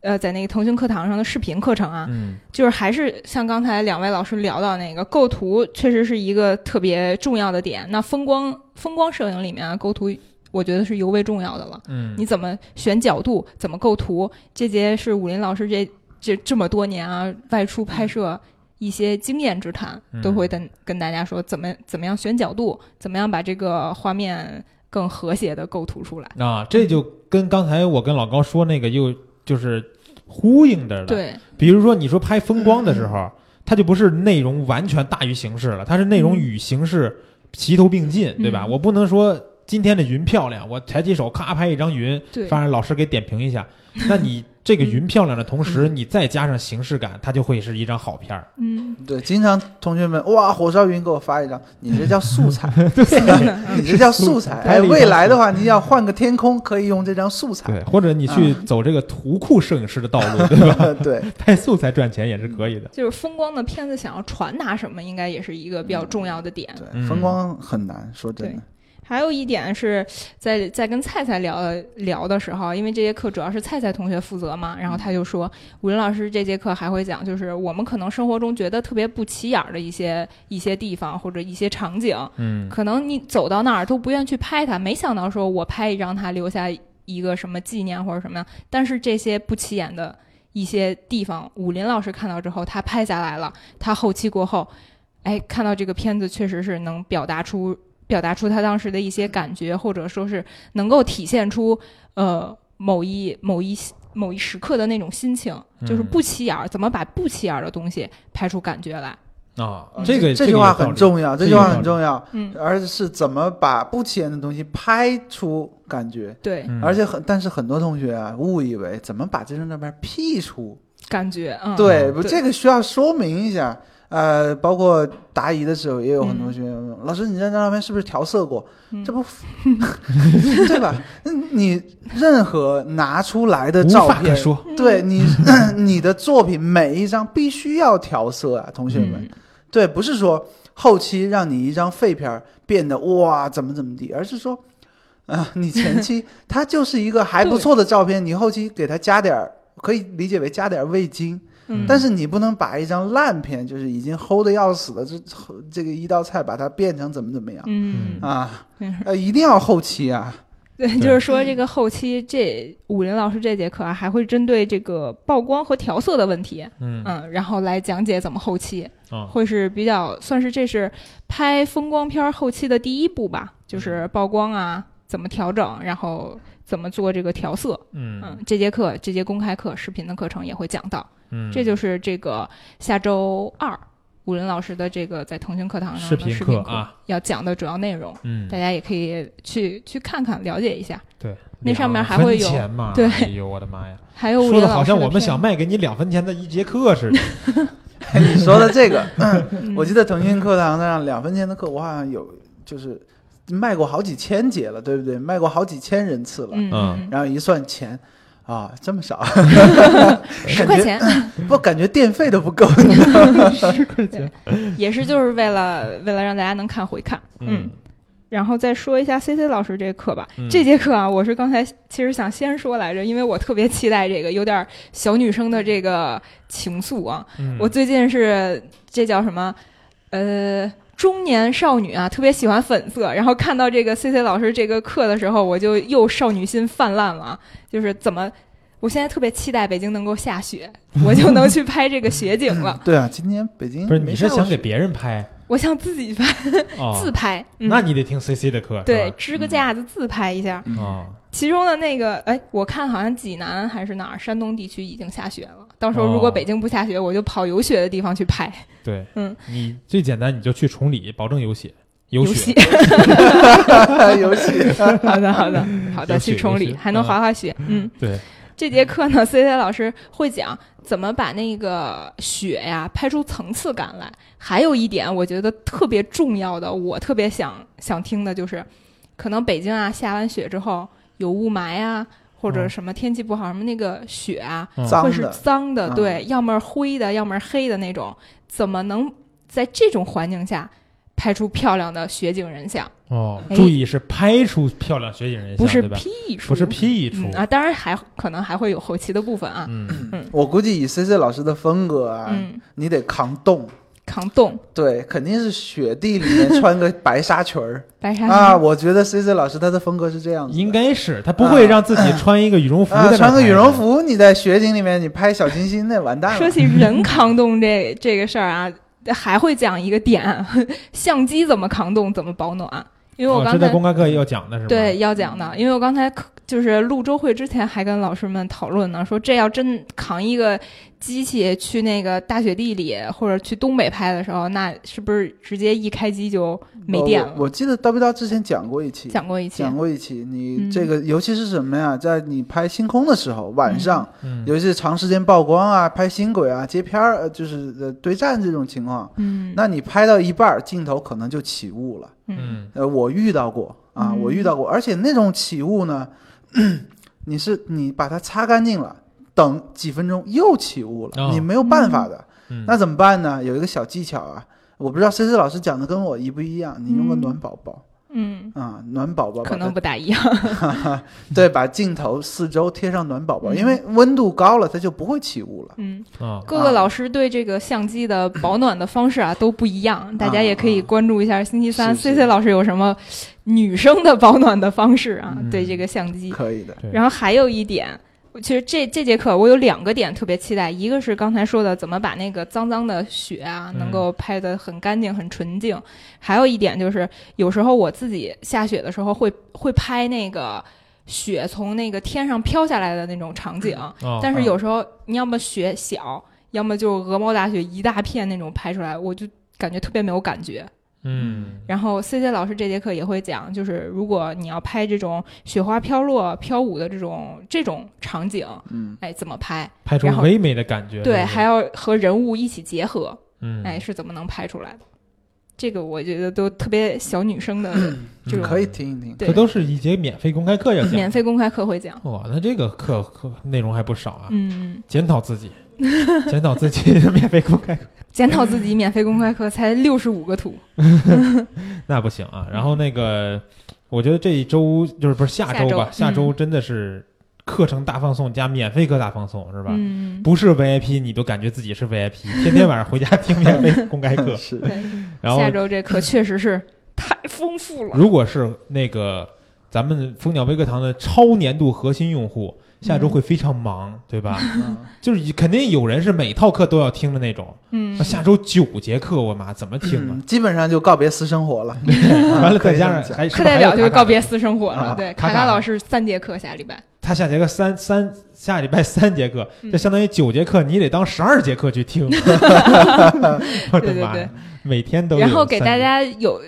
S3: 呃，在那个腾讯课堂上的视频课程啊，
S1: 嗯
S3: 就是还是像刚才两位老师聊到那个构图，确实是一个特别重要的点。那风光风光摄影里面啊，构图我觉得是尤为重要的了。
S1: 嗯，
S3: 你怎么选角度，怎么构图，这些是武林老师这这这么多年啊外出拍摄
S1: 嗯
S3: 一些经验之谈，都会跟跟大家说怎么怎么样选角度，怎么样把这个画面更和谐的构图出来。
S1: 啊，这就跟刚才我跟老高说那个又就是呼应着的，
S3: 对，
S1: 比如说你说拍风光的时候，
S2: 嗯
S1: 它就不是内容完全大于形式了，它是内
S2: 嗯
S1: 容与形式齐头并进，对吧？
S3: 嗯
S1: 我不能说今天的云漂亮，我抬起手咔拍一张云，
S3: 对
S1: 反正老师给点评一下。那你这个云漂亮的同
S2: 嗯
S1: 时，你再加上形式感，它就会是一张好片儿。
S3: 嗯，
S2: 对，经常同学们哇，火烧云给我发一张，你这叫素材，你这叫素 材。
S1: 拍
S2: 哎，
S1: 了一张
S2: 未来的话，你要换个天空，可以用这张素材。
S1: 对，或者你去走这个图库摄影师的道
S2: 嗯
S1: 路，对吧？
S2: 对，
S1: 拍素材赚钱也是可以的。
S3: 就是风光的片子想要传达什么，应该也是一个比较重要的点。
S2: 对，
S1: 嗯
S2: 风光很难，说真的。
S3: 还有一点是在在跟菜菜聊聊的时候，因为这节课主要是菜菜同学负责嘛，然后他就说，武林老师这节课还会讲，就是我们可能生活中觉得特别不起眼儿的一些一些地方或者一些场景，
S1: 嗯，
S3: 可能你走到那儿都不愿去拍它，没想到说我拍一张它留下一个什么纪念或者什么样，但是这些不起眼的一些地方，武林老师看到之后，他拍下来了，他后期过后，哎，看到这个片子确实是能表达出表达出他当时的一些感觉，或者说是能够体现出呃某一某一某一时刻的那种心情，就是
S1: 嗯
S3: 不起眼儿，怎么把不起眼儿的东西拍出感觉来？
S1: 啊，这个
S2: 这句话
S1: 有道
S2: 很
S1: 理
S2: 重要，
S1: 这
S2: 这句
S1: 个有
S2: 话
S1: 道
S2: 很
S1: 理
S2: 重要，
S3: 嗯，
S2: 而是怎么把不起眼的东西拍出感觉。
S3: 对，
S1: 嗯
S2: 而且很，但是很多同学啊，误以为怎么把这张照片 P 出？
S3: 感觉，嗯，
S2: 对，不，
S3: 对
S2: 这个需要说明一下。呃，包括答疑的时候，也有很多
S3: 嗯
S2: 学员问、老师，你这张照片是不是调色过？
S3: 嗯
S2: 这不， 对吧？你任何拿出来的
S1: 无
S2: 照
S1: 话可
S2: 片，
S1: 说。
S3: 嗯
S2: 对你 你的作品每一张必须要调色啊，同学们。
S3: 嗯
S2: 对，不是说后期让你一张废片儿变得哇怎么怎么地，而是说，啊，你前 期它就是一个还不错的照片，你后期给它加点儿，可以理解为加点儿味精，
S3: 嗯，
S2: 但是你不能把一张烂片，就是已经齁的要死的这这个一道菜，把它变成怎么怎么样、
S3: 嗯，
S2: 啊
S3: 嗯？
S2: 呃，一定要后期啊，
S3: 对，
S1: 对
S3: 就是说这个后期这武林老师这节课啊，还会针对这个曝光和调色的问题，
S1: 嗯
S3: 嗯，然后来讲解怎么后期，
S1: 啊，
S3: 会是比较算是这是拍风光片儿后期的第一步吧，
S1: 嗯
S3: 就是曝光啊，怎么调整，然后怎么做这个调色。
S1: 嗯
S3: 嗯，这节课这节公开课视频的课程也会讲到，
S1: 嗯，
S3: 这就是这个下周二武林老师的这个在腾讯课堂上
S1: 视
S3: 的
S1: 频
S3: 视
S1: 课
S3: 频
S1: 啊
S3: 要讲的主要内容。
S1: 嗯
S3: 大家也可以去去看看，了解一下。
S1: 对，
S3: 那上面
S1: 两
S3: 还会有
S1: 分钱嘛？
S3: 对
S1: 哎呦我的妈呀！
S3: 还有武
S1: 说
S3: 林
S1: 的
S3: 老
S1: 好
S3: 师
S1: 像我们
S3: 片
S1: 想卖给你两分钱的一节课似的。
S2: 你说的这 个，
S3: 嗯
S2: 我记得腾讯课堂上两分钱的课，我好像有就是卖过好几千节了，对不对？卖过好几千人次了。
S3: 嗯
S1: 嗯
S3: 嗯
S2: 然后一算钱，啊，这么少，
S3: 十块钱
S2: 不感觉电费都不够。
S3: 也是就是为了为了让大家能看回看，嗯。然后再说一下 C C 老师这课吧。
S1: 嗯
S3: 这节课啊，我是刚才其实想先说来着，因为我特别期待这个，有点小女生的这个情愫啊。
S1: 嗯，
S3: 我最近是这叫什么？呃，中年少女啊，特别喜欢粉色。然后看到这个 C C 老师这个课的时候，我就又少女心泛滥了啊。就是怎么，我现在特别期待北京能够下雪，我就能去拍这个雪景了。
S2: 对啊，今年北京
S1: 不是
S2: 没
S1: 你是
S2: 下过
S1: 想给
S2: 雪
S1: 别人拍
S3: 我想自己拍，
S1: 哦？
S3: 自拍。嗯、
S1: 那你得听 C C 的课，
S3: 对
S1: 是吧嗯
S3: 支个架子自拍一下。
S1: 哦，
S3: 其中的那个，哎，我看好像济南还是哪儿，山东地区已经下雪了。到时候如果
S1: 哦
S3: 北京不下雪，我就跑有雪的地方去拍
S1: 对，
S3: 嗯，
S1: 你最简单，你就去崇礼，保证有血，有
S3: 游
S1: 血
S3: 戏。。
S1: 嗯
S2: 游戏，
S3: 好的，好的， 好的，
S1: 有雪
S3: 去崇
S1: 有
S3: 礼
S1: 雪
S3: 还
S1: 嗯
S3: 能滑滑雪。嗯，
S1: 对，
S3: 这节课呢，C C 老师会讲怎么把那个雪呀拍出层次感来。还有一点，我觉得特别重要的，我特别想想听的就是，可能北京啊下完雪之后有雾霾啊，或者
S1: 嗯
S3: 什么天气不好，什么那个雪啊，
S1: 嗯
S2: 脏
S3: 会是
S2: 的，
S3: 脏的，
S2: 嗯
S3: 对，要么是灰的，要么是黑的那种，怎么能在这种环境下拍出漂亮的雪景人像？
S1: 哦，
S3: 哎
S1: 注意是拍出漂亮雪景人
S3: 不
S1: 像，
S3: 是
S1: 对吧？
S3: P 出，
S1: 不是 P 出
S3: 嗯，啊，当然还可能还会有后期的部分啊，
S1: 嗯，
S2: 我估计以 C C 老师的风格啊，
S3: 嗯，
S2: 你得扛冻，
S3: 扛冻、
S2: 对，肯定是雪地里面穿个白纱裙 儿
S3: 白纱
S2: 啊。
S3: 衫，
S2: 我觉得 C C 老师他的风格是这
S3: 啊
S2: 样子的，
S1: 应该是他不会让自己穿一个羽绒服在那
S2: 啊，
S1: 儿
S2: 穿个
S1: 拍
S2: 羽绒
S1: 的，
S2: 服，你在雪景里面你拍小清新，那完蛋
S3: 说
S2: 了。
S3: 起人扛冻这这个事儿啊，还会讲一个点，相机怎么扛冻，怎么保暖，因为我
S1: 哦，
S3: 刚
S1: 这在
S3: 才
S1: 公开课要讲的是吗？
S3: 对，要讲的，因为我刚才可就是录周会之前还跟老师们讨论呢，说这要真扛一个机器去那个大雪地里或者去东北拍的时候，那是不是直接一开机就没电
S2: 我
S3: 了？
S2: 我记得叨逼叨之前讲过一期，
S3: 讲过一期，
S2: 讲过一期，你
S3: 嗯
S2: 这个尤其是什么呀？在你拍星空的时候，晚上，
S1: 嗯，
S2: 尤其是长时间曝光啊、拍星轨啊、接片儿，呃，就是呃对战这种情况，
S3: 嗯，
S2: 那你拍到一半儿，镜头可能就起雾了。
S3: 嗯
S1: 嗯
S2: 呃，我遇到过啊，
S3: 嗯
S2: 我遇到过，而且那种起雾呢， 你是你把它擦干净了，等几分钟又起雾了，
S1: 哦
S2: 你没有办法的。
S1: 嗯，
S2: 那怎么办呢？有一个小技巧啊，我不知道 C C 老师讲的跟我一不一样，你用个
S3: 嗯
S2: 暖宝宝
S3: 嗯，
S2: 啊、暖宝宝把它
S3: 可能不大一样，
S2: 对，把镜头四周贴上暖宝宝，
S3: 嗯
S2: 因为温度高了它就不会起雾了。
S3: 嗯，
S1: 啊，
S3: 各个老师对这个相机的保暖的方式啊都不一样，大家也可以关注一下星期三
S2: 是是
S3: C C 老师有什么女生的保暖的方式啊，
S1: 嗯
S3: 对这个相机。
S2: 可以的，
S1: 对
S3: 然后还有一点，我其实这这节课我有两个点特别期待，一个是刚才说的怎么把那个脏脏的雪啊
S1: 嗯
S3: 能够拍得很干净、很纯净，还有一点就是有时候我自己下雪的时候会会拍那个雪从那个天上飘下来的那种场景，
S1: 哦，
S3: 但是
S2: 嗯
S3: 有时候你要么雪小，要么就鹅毛大雪一大片那种拍出来，我就感觉特别没有感觉。
S1: 嗯
S3: 然后 C C 老师这节课也会讲，就是如果你要拍这种雪花飘落、飘舞的这种这种场景，
S2: 嗯，
S3: 哎，怎么拍？
S1: 拍出
S3: 然后
S1: 唯美的感觉，
S3: 对，
S1: 不
S3: 还要和人物一起结合，
S1: 嗯，
S3: 哎，是怎么能拍出来的？这个我觉得都特别小女生的这
S1: 嗯
S3: 种
S2: 可以听一听。
S3: 对
S1: 这都是一节免费公开课要讲的，
S3: 免费公开课会讲，
S1: 哇，那这个课课内容还不少啊！
S3: 嗯，
S1: 检讨自 己，检讨自己的免费公开课，
S3: 检讨自己，免费公开课才六十五个图，嗯
S1: 那不行啊。然后那个，我觉得这一周就是不是下周吧？
S3: 下周嗯
S1: 下周真的是课程大放送加免费课大放送，是吧？
S3: 嗯，
S1: 不是 VIP 你都感觉自己是 VIP，天天晚上回家听免费公开 课。
S2: 是
S3: 对，
S1: 然后
S3: 下周 这课确实是太丰富了。
S1: 如果是那个咱们蜂鸟微课堂的超年度核心用户，下周会非常忙，对吧？
S2: 嗯
S1: 就是肯定有人是每套课都要听的那种。
S3: 嗯
S1: 那，下周九节课，我妈怎么听啊？
S2: 嗯基本上就告别私生活了。
S1: 完了，
S2: 嗯可
S1: 再
S2: 以这
S1: 加
S2: 么
S1: 上
S2: 讲
S1: 还
S3: 课代表就
S1: 是不是还有
S3: 是告。
S1: 卡卡
S3: 别私生活了。
S2: 啊
S3: 对，
S1: 卡
S3: 卡
S1: 卡
S3: 卡老师三节课下礼 拜，
S1: 他下节课三三下礼拜三节课，
S3: 嗯
S1: 这相当于九节课，你得当十二节课去 听。我的
S3: 对对
S1: 妈
S3: 对
S1: 呀，每天都有
S3: 然后给大
S1: 三节
S3: 家有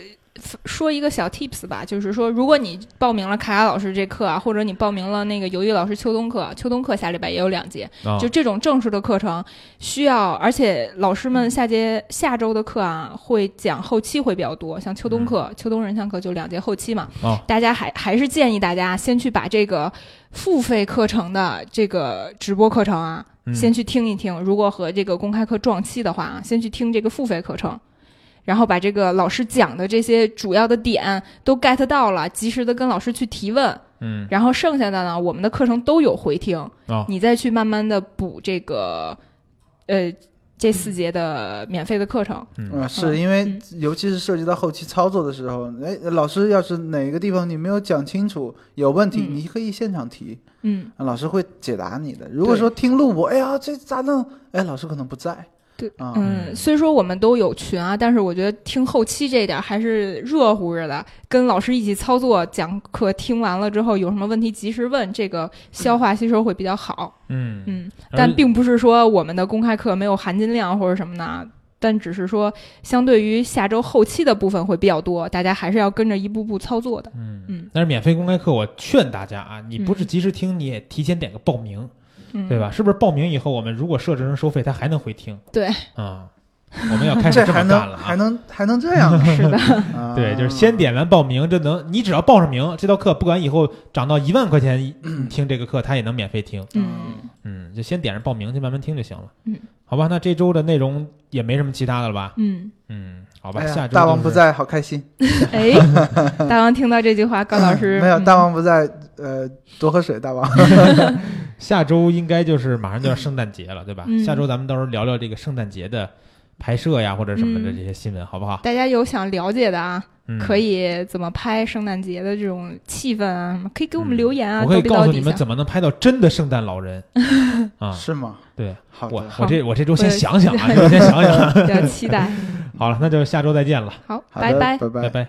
S3: 说一个小 tips 吧，就是说，如果你报名了卡卡老师这课啊，或者你报名了那个尤毅老师秋冬课，啊秋冬课下礼拜也有两节，
S1: 啊
S3: 就这种正式的课程需要，而且老师们下节下周的课啊，会讲后期会比较多，像秋冬课、秋冬人像课就两节后期嘛，
S1: 哦
S3: 大家还还是建议大家先去把这个付费课程的这个直播课程啊，
S1: 嗯
S3: 先去听一听，如果和这个公开课撞期的话啊，先去听这个付费课程。然后把这个老师讲的这些主要的点都 get 到了，及时的跟老师去提问，
S1: 嗯
S3: 然后剩下的呢，我们的课程都有回听，
S1: 啊
S3: 你再去慢慢的补这个，呃，这四节的免费的课程。
S1: 嗯
S2: 嗯，是因为尤其是涉及到后期操作的时候，哎，老师要是哪个地方你没有讲清楚，有问题，
S3: 嗯
S2: 你可以现场提，
S3: 嗯，
S2: 老师会解答你的。如果说听录播，哎呀，这咋弄？哎，老师可能不在。
S3: 对
S2: 啊，
S3: 嗯，虽说我们都有群啊，但是我觉得听后期这一点还是热乎着的，跟老师一起操作讲课，听完了之后有什么问题及时问，这个消化吸收会比较好。
S1: 嗯
S3: 嗯，
S1: 而
S3: 但并不是说我们的公开课没有含金量或者什么的。但只是说，相对于下周后期的部分会比较多，大家还是要跟着一步步操作的。
S1: 嗯
S3: 嗯
S1: 但是免费公开课，我劝大家啊，你不
S3: 嗯
S1: 是及时听，你也提前点个报名，
S3: 嗯，
S1: 对吧？？是不是报名以后，我们如果设置成收费，他还能回听？
S3: 对
S1: 啊，我们要开始
S2: 这
S1: 这
S2: 还
S1: 么干
S2: 能
S1: 了
S2: 还
S1: 啊！
S2: 能还能这样？
S3: 是的，
S2: 啊
S1: 对，就是先点完报名，这能你只要报上名，这道课不管以后涨到一万块钱，
S2: 嗯
S1: 你听这个课他也能免费听。
S3: 嗯。
S1: 嗯，就先点上报名去慢慢听就行了。
S3: 嗯，
S1: 好吧，那这周的内容也没什么其他的了吧？
S3: 嗯，
S1: 嗯，好吧，
S2: 哎呀
S1: 下周
S2: 大
S1: 就
S2: 王不
S1: 是，
S2: 在，好开心。
S3: 哎，大王听到这句话，高老师
S2: 没有，
S3: 嗯
S2: 大王不在，呃，多喝水，大王。
S1: 下周应该就是马上就要圣诞节了，对吧？
S3: 嗯
S1: 下周咱们到时候聊聊这个圣诞节的拍摄呀，或者什么的
S3: 嗯
S1: 这些新闻，好不好？
S3: 大家有想了解的啊，
S1: 嗯，
S3: 可。以怎么拍圣诞节的这种气氛啊，可以给我们
S1: 嗯
S3: 留言啊，
S1: 我可以
S3: 叨逼叨
S1: 告诉
S3: 底
S1: 你们
S3: 下。
S1: 怎么能拍到真的圣诞老 人啊！
S2: 是吗？
S1: 对，
S2: 好
S1: 我
S2: 的，
S1: 我这我这周先
S3: 对
S1: 想想啊，我先想想。
S3: 比较期待。
S1: 好了，那就下周再见了，
S3: 好，
S2: 好
S3: 拜
S2: 的，
S3: 拜。
S2: 拜拜
S1: 拜。拜。